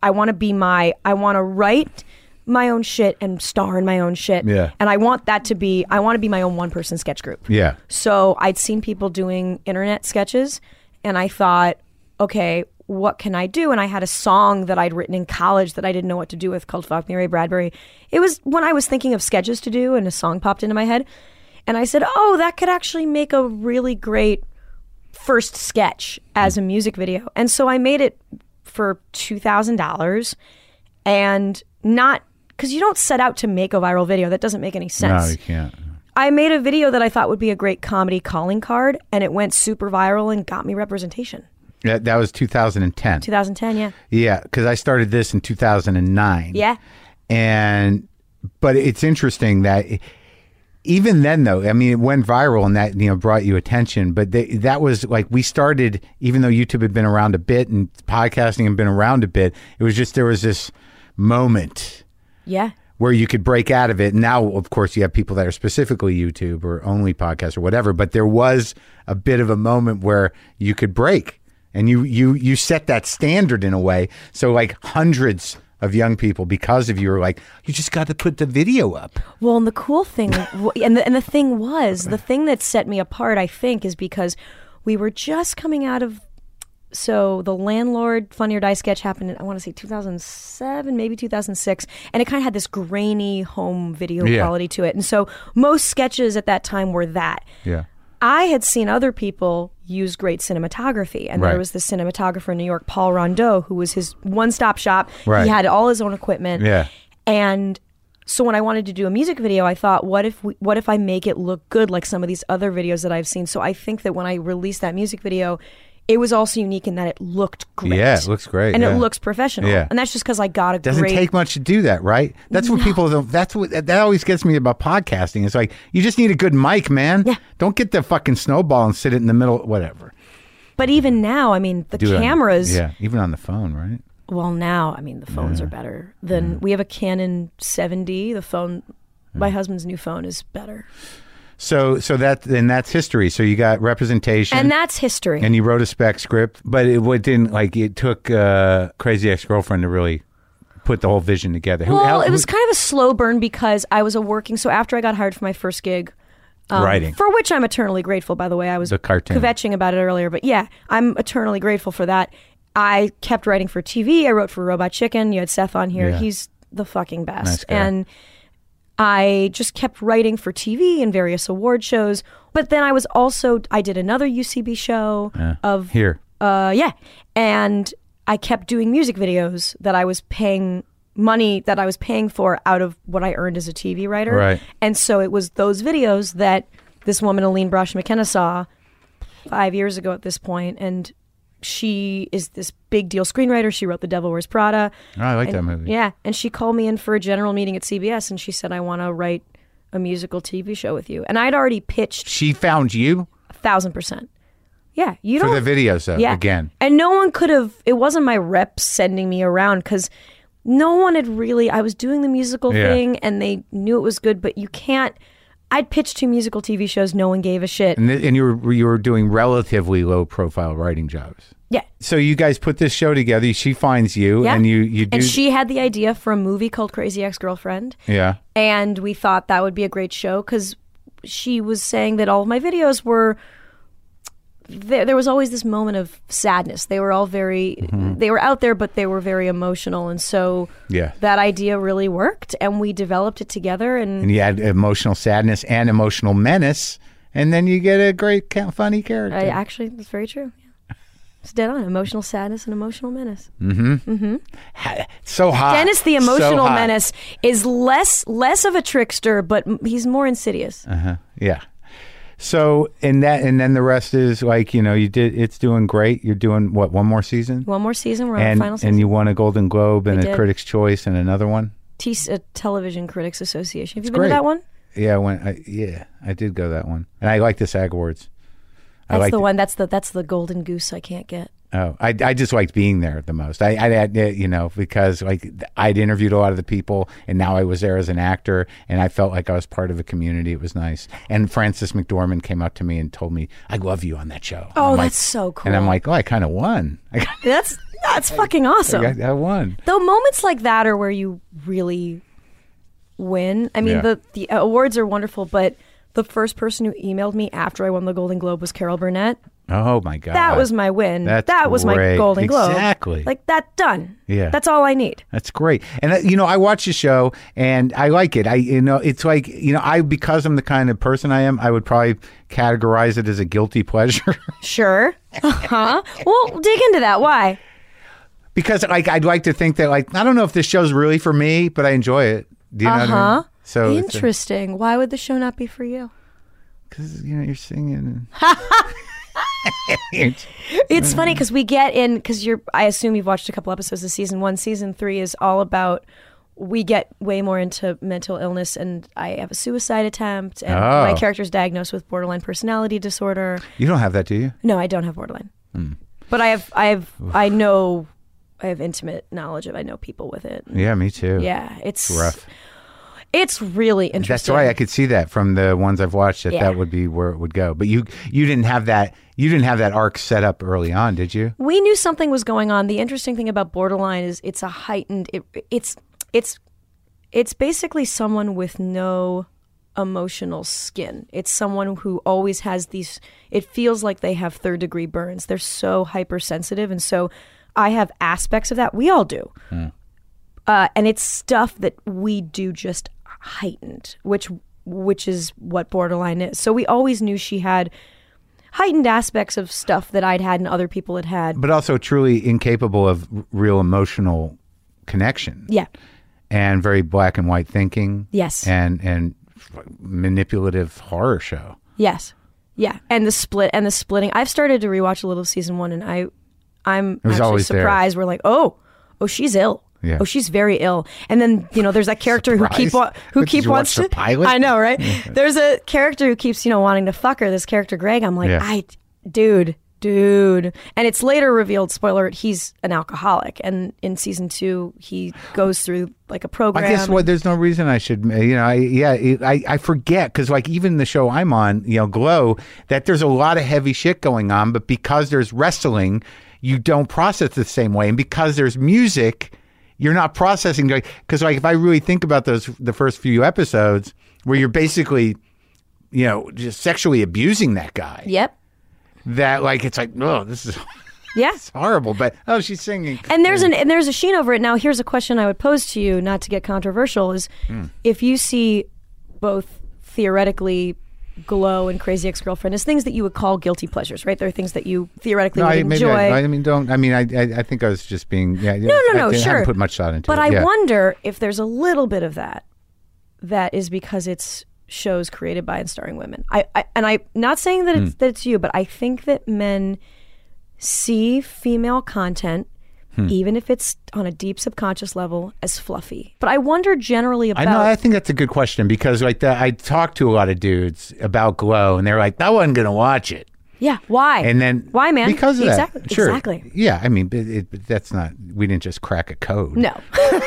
I want to be my. I want to write my own shit and star in my own shit.
Yeah.
and I want that to be. I want to be my own one person sketch group.
Yeah.
So I'd seen people doing internet sketches, and I thought, okay, what can I do? And I had a song that I'd written in college that I didn't know what to do with called Fuck Me Ray Bradbury. It was when I was thinking of sketches to do, and a song popped into my head. And I said, oh, that could actually make a really great first sketch as a music video. And so I made it for $2,000 and not because you don't set out to make a viral video. That doesn't make any sense.
No, you can't.
I made a video that I thought would be a great comedy calling card, and it went super viral and got me representation.
That, that was 2010.
2010, yeah.
Yeah, because I started this in 2009.
Yeah.
and but it's interesting that even then though i mean it went viral and that you know brought you attention but they, that was like we started even though youtube had been around a bit and podcasting had been around a bit it was just there was this moment
Yeah.
where you could break out of it now of course you have people that are specifically youtube or only podcasts or whatever but there was a bit of a moment where you could break and you you you set that standard in a way so like hundreds of young people because of you were like you just got to put the video up
Well, and the cool thing, w- and the, and the thing was, the thing that set me apart, I think, is because we were just coming out of. So the landlord Funny or Die sketch happened in I want to say 2007, maybe 2006, and it kind of had this grainy home video
Yeah.
quality to it. And so most sketches at that time were that.
yeah
I had seen other people use great cinematography, and
Right.
there was this cinematographer in New York, Paul Rondeau, who was his one-stop shop.
Right.
He had all his own equipment.
Yeah.
And so when I wanted to do a music video, I thought, what if we, what if I make it look good like some of these other videos that I've seen? So I think that when I released that music video, it was also unique in that it looked great.
Yeah, it looks great,
and
yeah.
it looks professional.
Yeah.
and that's just because I got a
doesn't
great.
take much to do that right that's what people don't that's what that always gets me about podcasting it's like you just need a good mic man
Yeah.
don't get the fucking snowball and sit it in the middle whatever
but even now, I mean, the
Do it on-
cameras.
yeah even on the phone right
Well, now I mean the phones are better than we have a Canon 7D. The phone, my husband's new phone is better,
So so that and that's history. So you got representation,
and that's history.
and you wrote a spec script, but it wa- didn't like it took uh, Crazy Ex Girlfriend to really put the whole vision together. Who- how-
well, it was
who-
kind of a slow burn because I was a working. So after I got hired for my first gig, um,
Writing.
for which I'm eternally grateful. By the way, I was
The cartoon.
kvetching about it earlier, but yeah, I'm eternally grateful for that. I kept writing for TV. I wrote for Robot Chicken. You had Seth on here.
Yeah.
He's the fucking best,
Nice guy.
and. I just kept writing for TV and various award shows. But then I was also I did another UCB show of
here.
uh, yeah, and I kept doing music videos that I was paying money that I was paying for out of what I earned as a TV writer.
Right.
And so it was those videos that this woman Aline Brosh McKenna saw five years ago at this point, and she is this big deal screenwriter. She wrote The Devil Wears Prada.
Oh, I like that movie.
Yeah, and she called me in for a general meeting at CBS, and she said, "I want to write a musical TV show with you." And I'd already pitched
She found you
a thousand percent. Yeah, you
for
don't
the videos though.
Oh, yeah,
Again,
and no one could have. It wasn't my rep sending me around because no one had really. I was doing the musical
Yeah.
thing, and they knew it was good, but you can't. I'd pitched two musical TV shows. No one gave a shit.
And, th- and you were you were doing relatively low profile writing jobs.
Yeah.
So you guys put this show together. She finds you,
Yeah.
and you you do.
And she had the idea for a movie called Crazy Ex Girlfriend.
yeah.
and we thought that would be a great show because she was saying that all of my videos were there, there was always this moment of sadness they were all very they were out there but they were very emotional and so
Mm-hmm. Yeah.
that idea really worked and we developed it together and,
and you had emotional sadness and emotional menace, and then you get a great ca- funny character.
I, actually that's very true yeah. it's dead on emotional sadness and emotional menace
so hot.
dennis the
Ah, So
emotional
hot.
menace is less less of a trickster but m- he's more insidious
Uh. Yeah. So and that and then the rest is like you know you did it's doing great. You're doing what one more season.
one more season we're on
and,
the final season
and you won a Golden Globe and a
did.
Critics' Choice and another one.
T- uh, Television Critics Association. Have you been
great.
to that one?
Yeah, I went. I, yeah, I did go that one, and I like the SAG Awards. I
That's
liked
the
it.
one. That's the that's the golden goose I can't get.
Oh, I, I just liked being there the most. I, I, I- you know, because like I'd interviewed a lot of the people, and now I was there as an actor, and I felt like I was part of a community. It was nice. And Francis McDormand came up to me and told me, "I love you on that show." And
Oh,
I'm like-
that's so cool.
And I'm like, "Oh, I kind of won. I,
that's that's fucking awesome.
I, I won."
Though moments like that are where you really win. I mean,
Yeah.
the the awards are wonderful, but the first person who emailed me after I won the Golden Globe was Carol Burnett.
Oh my god,
That was my win.
That's
that was my
great.
Golden Globe.
Exactly.
Like that done.
Yeah.
That's all I need.
That's great. And uh, you know, I watch the show and I like it. I you know, it's like, you know, I because I'm the kind of person I am, I would probably categorize it as a guilty pleasure
Sure. huh. Well, dig into that. Why?
because like I'd like to think that like I don't know if this show's really for me, but I enjoy it. Do you know what I
Uh-huh.
mean? So it's a-
Interesting. Why would the show not be for you?
cuz you know, you're singing.
It's funny
Mm-hmm.
because we get in because you're. I assume you've watched a couple episodes of season one. Season three is all about. We get way more into mental illness, and I have a suicide attempt, and
Oh.
my character's diagnosed with borderline personality disorder.
you don't have that, do you?
No, I don't have borderline,
Hmm.
but I have. I have. I know. I have intimate knowledge of. I know people with it.
Yeah, me too.
Yeah, it's
Rough.
It's really
That's
interesting.
why I could see that from the ones I've watched that
Yeah.
that would be where it would go. But you you didn't have that you didn't have that arc set up early on, did you?
we knew something was going on. The interesting thing about borderline is it's a heightened it, it's it's it's basically someone with no emotional skin. It's someone who always has these it feels like they have third degree burns. They're so hypersensitive and so I have aspects of that. We all do. Uh, and it's stuff that we do just heightened, which which is what borderline is. So we always knew she had heightened aspects of stuff that I'd had and other people had had.
but also truly incapable of r- real emotional connection
Yeah.
and very black and white thinking.
Yes.
And and manipulative horror show.
Yes. Yeah. And the split and the splitting. I've started to rewatch a little of season one, and I, I'm
was
actually
always there.
surprised. We're like, oh, oh, she's ill.
Yeah.
Oh, she's very ill. And then you know, there's that character who keep wa-
Surprised?
who
Did
keep
you
wants
watch
to.
the pilot?
I know, right? there's a character who keeps you know wanting to fuck her. This character Greg. I'm like,
Yeah.
I, dude. Dude, and it's later revealed. Spoiler: alert, He's an alcoholic, and in season two, he goes through like a program.
I guess what there's no reason I should, you know, I, yeah, it, I, I forget because like even the show I'm on, you know, Glow, that there's a lot of heavy shit going on, but because there's wrestling, you don't process the same way, and because there's music, you're not processing because like if I really think about those the first few episodes where you're basically, you know, just sexually abusing that guy,
Yep.
that like it's like oh this is
Yeah.
horrible, but oh she's singing.
And there's an and there's a sheen over it. Now, here's a question I would pose to you, not to get controversial, is
Mm.
if you see both theoretically glow and crazy ex-girlfriend as things that you would call guilty pleasures, right? There are things that you theoretically would
I, maybe
enjoy.
I, I mean, don't. I mean, I, I, I think I was just being. Yeah, no,
no, no,
I, didn't- I
sure.
haven't put much thought into
but
it.
I
yeah.
wonder if there's a little bit of that that is because it's shows created by and starring women. I, I and I not saying that
Hmm.
it's that it's you, but I think that men see female content
Hmm.
even if it's on a deep subconscious level as fluffy. But I wonder generally
I
about
know. I think that's a good question because, like, the, I talked to a lot of dudes about Glow, and they're like, "I wasn't gonna watch it."
Yeah, why?
And then
why, man?
Because of
exactly.
that, sure.
Exactly.
Yeah, I mean, but it, but that's not. We didn't just crack a code.
No.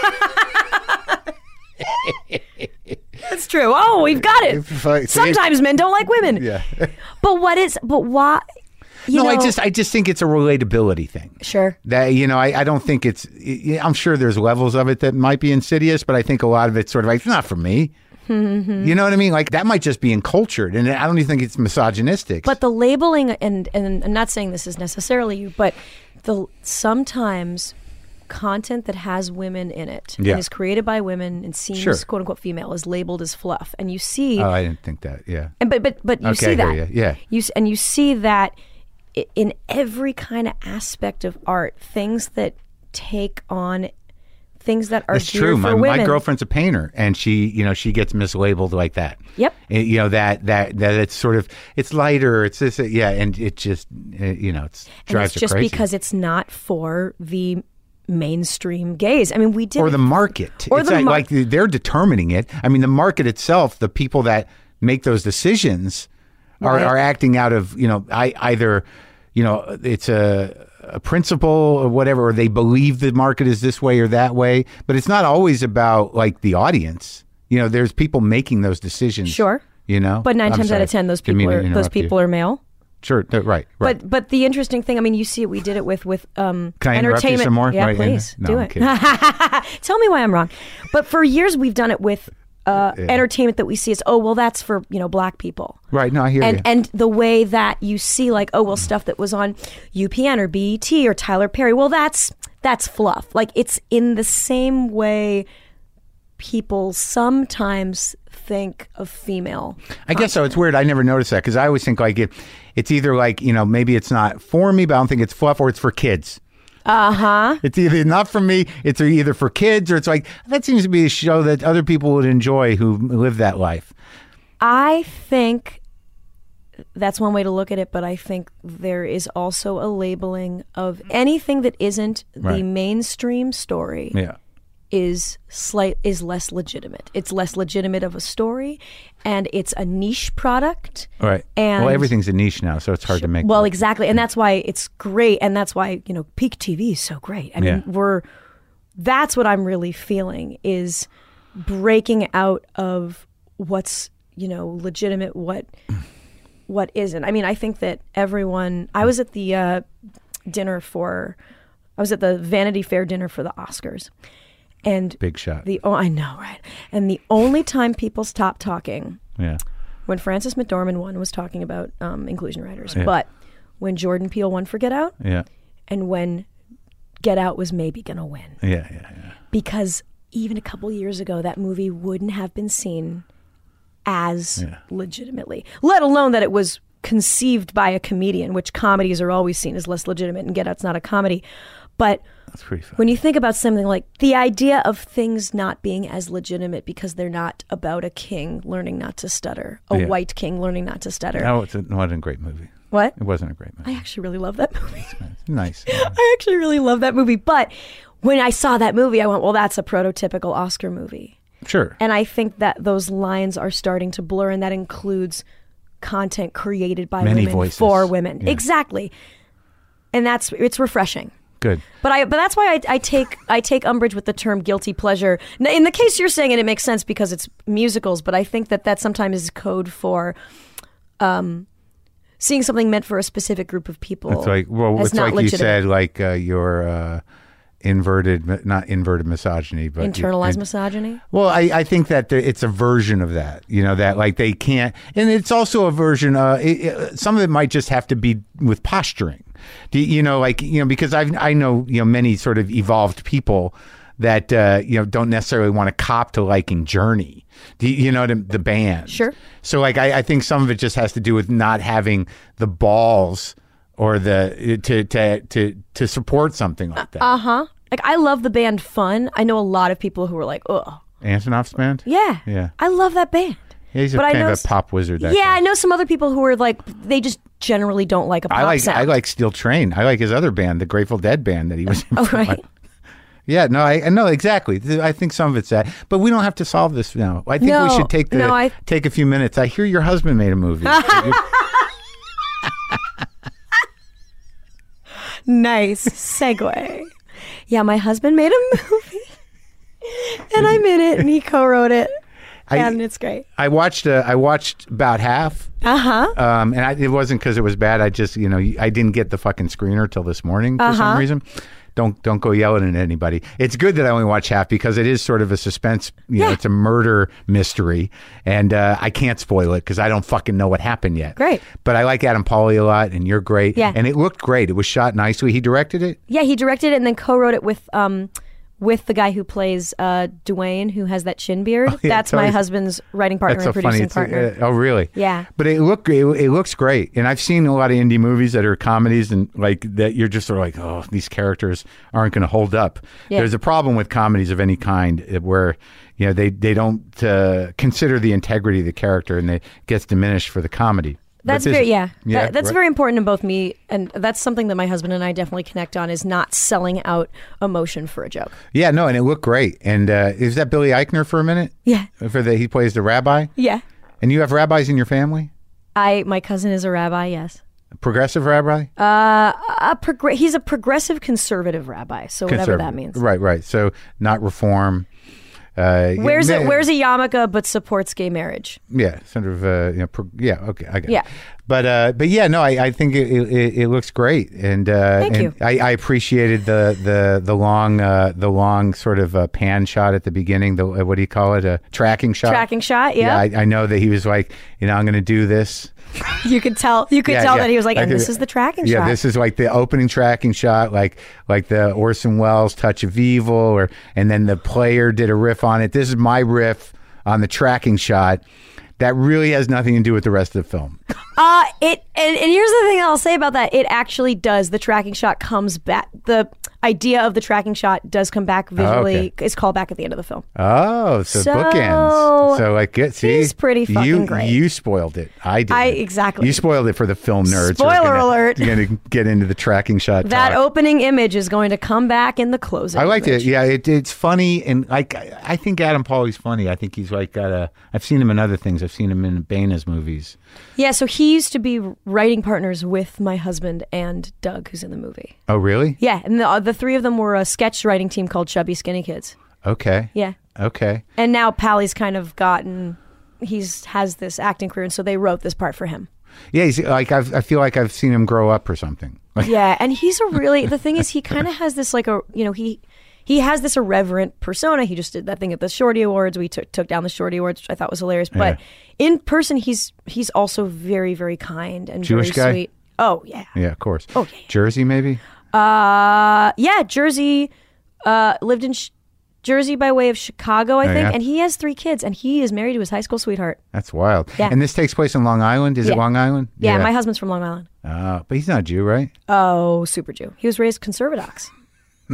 That's true. Oh, we've got it.
If I-
Sometimes men don't like women.
Yeah.
But what is? But why? You
no,
know,
I just I just think it's a relatability thing.
sure.
That you know, I, I don't think it's. y- I'm sure there's levels of it that might be insidious, but I think a lot of it's sort of like it's not for me.
Mm-hmm.
You know what I mean? Like that might just be encultured, and I don't even think it's misogynistic.
But the labeling, and and I'm not saying this is necessarily you, but the sometimes content that has women in it
Yeah.
and is created by women and seems
Sure.
quote unquote female is labeled as fluff, and you see
oh, I didn't think that. Yeah.
And but but but you
Okay, I
see that,
hear you. Yeah.
You s- and you see that i- in every kind of aspect of art, things that take on things that are
That's
geared
true.
for
My,
women.
my girlfriend's a painter, and she, you know, she gets mislabeled like that.
Yep.
Uh, you know that that that it's sort of it's lighter. It's this. uh, Yeah, and it just uh, you know it's
and
drives
it's just
her crazy.
because it's not for the mainstream gaze. I mean, we did
or the market.
Or
it's
the
like,
mar-
like they're determining it. I mean, the market itself, the people that make those decisions are,
Right.
are acting out of you know I, either you know it's a a principle or whatever, or they believe the market is this way or that way. But it's not always about like the audience. You know, there's people making those decisions.
Sure.
You know,
but 9
I'm
times out
sorry.
of ten, those
Didn't mean
people
to
are, those
interrupt you.
people are male.
Sure, no, right, right.
But but the interesting thing, I mean, you see it. We did it with with um,
Can I interrupt you
entertainment.
some more?
Yeah,
Right, and-
please
no,
do
I'm
it.
kidding.
Tell me why I'm wrong. But for years, we've done it with uh, entertainment that we see as oh well, that's for you know black people.
right. No, I hear
And
you.
and the way that you see like oh well, stuff that was on UPN or BET or Tyler Perry. Well, that's that's fluff. Like it's in the same way people sometimes think of female.
I guess so. It's weird. I never noticed that because I always think like it, it's either like you know maybe it's not for me, but I don't think it's fluff, or it's for kids.
Uh-huh.
Uh huh. It's either not for me. It's either for kids, or it's like that seems to be a show that other people would enjoy who live that life.
I think that's one way to look at it, but I think there is also a labeling of anything that isn't the
Right.
mainstream story
Yeah.
is slight is less legitimate. It's less legitimate of a story, and it's a niche product.
All right.
And-
well, everything's a niche now, so it's hard to make.
Well, exactly, and that's why it's great, and that's why you know peak TV is so great. I mean,
Yeah.
we're that's what I'm really feeling is breaking out of what's you know legitimate, what what isn't. I mean, I think that everyone. I was at the uh, dinner for, I was at the Vanity Fair dinner for the Oscars, and
big shot.
the oh I know right, and the only time people stopped talking
yeah.
when Francis McDormand won was talking about um, inclusion writers, but when Jordan Peele won for Get Out,
Yeah.
and when Get Out was maybe going to win,
Yeah. Yeah. yeah.
because even a couple years ago, that movie wouldn't have been seen as legitimately, let alone that it was conceived by a comedian, which comedies are always seen as less legitimate, and Get Out's not a comedy, but.
That's pretty fun.
When you think about something like the idea of things not being as legitimate because they're not about a king learning not to stutter, a
Yeah.
white king learning not to stutter.
No, it's a, no, it wasn't a great movie.
What?
It wasn't a great movie.
I actually really love that movie.
It's nice.
I actually really love that movie. But when I saw that movie, I went, well, that's a prototypical Oscar movie.
Sure.
And I think that those lines are starting to blur, and that includes content created by
Many
women
voices.
for women.
Yeah.
Exactly. And that's it's refreshing.
Good.
But I but that's why I, I take I take umbrage with the term guilty pleasure. Now, in the case you're saying it, it makes sense because it's musicals. But I think that that sometimes is code for. Um, Seeing something meant for a specific group of people.
It's like well,
as
it's
not
like you
legitimate.
said, like uh, your uh, inverted, not inverted misogyny, but
internalized
in-
misogyny.
Well, I, I think that there, it's a version of that, you know, that like they can't, and it's also a version. Uh, it, it, some of it might just have to be with posturing, Do you you know, like you know, because I I know you know many sort of evolved people that uh, you know don't necessarily want to cop to liking Journey, Do you you know, the, the band.
Sure.
So like I, I think some of it just has to do with not having the balls or the uh, to to to to support something like that.
Uh huh. Like I love the band Fun. I know a lot of people who are like, oh
Antonoff's band.
yeah,
Yeah.
I love that band.
He's a
But I
kind
know
of
s-
a pop wizard. That
yeah,
guy.
I know some other people who are like they just generally don't like a pop
I like
sound.
I like Steel Train. I like his other band, the Grateful Dead band that he was. in
Oh,
for a
right.
while. Yeah, no, I I know exactly. Th- I think some of it's that, but we don't have to solve this now. I think
No,
we should take the
no, I-
take a few minutes. I hear your husband made a movie.
Nice segue. yeah, my husband made a movie, and I'm in it, and he co-wrote it.
I,
and it's great.
I watched. Uh, I watched about half,
Uh huh.
um, and I, it wasn't because it was bad. I just, you know, I didn't get the fucking screener till this morning for
Uh-huh.
some reason. Don't don't go yelling at anybody. It's good that I only watch half because it is sort of a suspense. You know,
Yeah.
it's a murder mystery, and uh, I can't spoil it because I don't fucking know what happened yet.
Great.
but I like Adam Pauly a lot, and you're great.
Yeah.
and it looked great. It was shot nicely. He directed it.
Yeah, he directed it and then co-wrote it with um with the guy who plays uh Dwayne, who has that chin beard.
Oh, yeah,
That's
totally.
my husband's writing partner
That's so
and producing
funny. It's,
partner.
uh, oh, really?
Yeah.
But it look it, it looks great, and I've seen a lot of indie movies that are comedies and like that. You're just sort of like, oh, these characters aren't going to hold up.
Yeah.
There's a problem with comedies of any kind uh, where you know they they don't uh, consider the integrity of the character, and it gets diminished for the comedy. But
that's
this-
very yeah. That- that's
right.
very important to both me and that's something that my husband and I definitely connect on is not selling out emotion for a joke.
yeah. No, and it looked great. And uh, is that Billy Eichner for a minute?
Yeah.
For the he plays the rabbi,
Yeah.
and you have rabbis in your family,
I my cousin is a rabbi, yes.
progressive rabbi.
A progr- he's a progressive conservative rabbi, so whatever that
Conservative.
means.
Right, right. So not reform. Uh,
Wears
yeah,
a, wears a yarmulke but supports gay marriage.
yeah, sort of. Uh, you know, pro- yeah, okay, I got
Yeah.
It. But uh, but yeah, no, I, I think it, it- it, it looks great, and uh,
Thank
and
you.
I, I appreciated the the the long uh, the long sort of uh, pan shot at the beginning. The uh, what do you call it? A tracking shot.
Tracking shot,
Uh, Yeah,
yeah.
I, I know that he was like, you know, I'm going to do this.
You could tell you could
Yeah,
tell
yeah.
that he was like,
I
and
could-
this is the tracking
yeah,
shot.
this is like the opening tracking shot, like like the Orson Welles "Touch of Evil," or and then the player did a riff on it. This is my riff on the tracking shot. That really has nothing to do with the rest of the film.
Uh, it and, and here's the thing I'll say about that. It actually does. The tracking shot comes back. The idea of the tracking shot does come back visually.
Oh, okay.
It's called back at the end of the film.
Oh, so,
So,
bookends. So like, good. See,
he's pretty fucking
you,
great.
You spoiled it. I did.
I- exactly.
You spoiled it for the film nerds. who are
Spoiler
gonna-
alert.
You're going to get into the tracking shot.
That
talk.
opening image is going to come back in the closing.
I liked
image.
it. Yeah, it, it's funny, and like I I think Adam Pauly's funny. I think he's like got a. I've seen him in other things. I've seen him in Bana's movies.
Yeah. So he used to be writing partners with my husband and Doug, who's in the movie.
Oh, really?
Yeah, and the, uh, the three of them were a sketch writing team called Chubby Skinny Kids.
Okay.
Yeah.
Okay.
And now Pally's kind of gotten. He's has this acting career, and so they wrote this part for him.
Yeah, he's like I've, I feel like I've seen him grow up or something. Like,
Yeah, and he's a really the thing is he kind of has this like a you know he he has this irreverent persona. He just did that thing at the Shorty Awards. We took took down the Shorty Awards, which I thought was hilarious. But in person, he's he's also very very kind and
Jewish
very
guy?
sweet. Oh yeah,
yeah, of course. Oh, yeah, Jersey maybe.
uh, yeah. Jersey uh, lived in sh- Jersey by way of Chicago, I think,
Oh, yeah?
and he has three kids, and he is married to his high school sweetheart.
That's wild.
Yeah.
And this takes place in Long Island. Is it
Yeah.
Long Island?
Yeah, my husband's from Long Island.
Uh, but he's not a Jew, right?
Oh, super Jew. He was raised conservadox.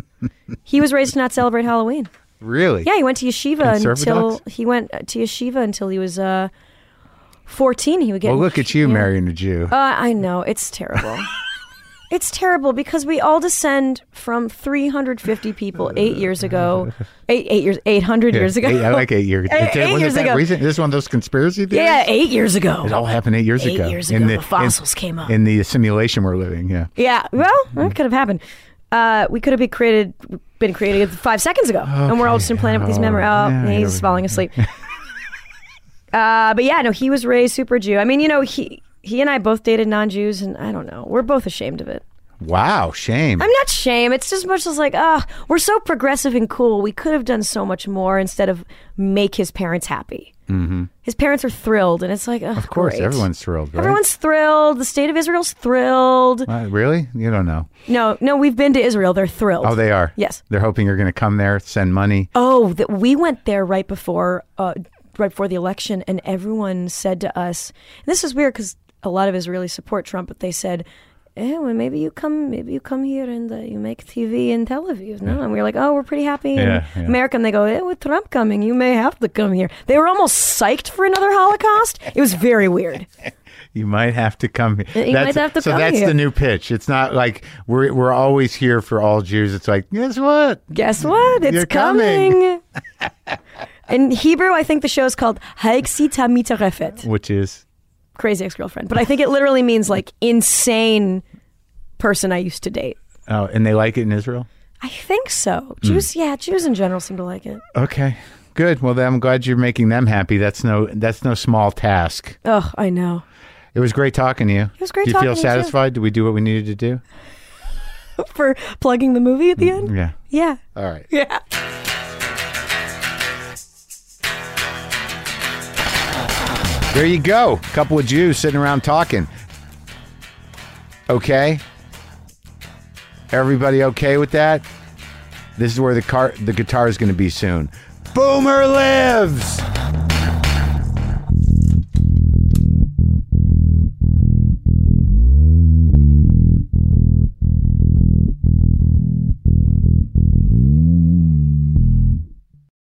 he was raised to not celebrate Halloween.
Really?
Yeah, he went to yeshiva until
Conservadox?
he went uh, to yeshiva until he was uh, fourteen. He would get.
Well, look at you
Yeah.
marrying a Jew.
Uh, I know it's terrible. it's terrible because we all descend from 350 people eight years ago, eight eight years, 800
Yeah,
years ago.
Eight, I like eight years.
Eight-
Is
eight
it- was it
years
that
ago.
recent? This is one of those conspiracy theories.
yeah, eight years ago.
It all happened eight years
Eight
ago.
years ago, the fossils came up.
in the simulation we're living. Yeah.
Yeah. Well,
Hmm.
that could have happened. Uh, we could have been created, been created five seconds ago, and we're all just implanted with these memories.
Oh,
Oh,
yeah, I
he's
know.
falling asleep. uh, but yeah, no, he was raised super Jew. I mean, you know, he he and I both dated non-Jews, and I don't know, we're both ashamed of it.
Wow. Shame.
I'm not shame. It's just much as like, ah, we're so progressive and cool. We could have done so much more instead of make his parents happy. Mm-hmm. His parents are thrilled, and it's like, ugh,
of course,
great.
everyone's thrilled, right?
Everyone's thrilled. The state of Israel's thrilled.
Uh, really? You don't know.
No, no, we've been to Israel. They're thrilled.
Oh, they are.
Yes.
They're hoping you're going to come there, send money.
Oh, that we went there right before, uh, right before the election, and everyone said to us, and "This is weird because a lot of Israelis support Trump, but they said." Eh, well, maybe you come, maybe you come here and uh, you make TV in Tel Aviv. No, and we were like, oh, we're pretty happy in
Yeah, yeah.
America. And they go, eh, with Trump coming, you may have to come here. They were almost psyched for another Holocaust. It was very weird.
You might have to come. here.
You might have to
so
come
that's
here.
the new pitch. It's not like we're we're always here for all Jews. It's like guess what?
Guess what? It's
You're coming.
coming. in Hebrew, I think the show is called Haiksi Tamitarefet.
Which is
crazy ex-girlfriend but i think it literally means like insane person i used to date
oh, and they like it in Israel.
i think so jews yeah jews in general seem to like it
Okay, Good. Well, then I'm glad you're making them happy. That's no that's no small task.
Oh, I know.
It was great talking to you. It
was great
Do you
talking
feel
to you, too.
satisfied? Did we do what we needed to do?
For plugging the movie at the end?
Yeah.
Yeah.
All right.
Yeah.
There you go. Couple of Jews sitting around talking. Okay. Everybody okay with that? This is where the car the guitar is going to be soon. Boomer lives.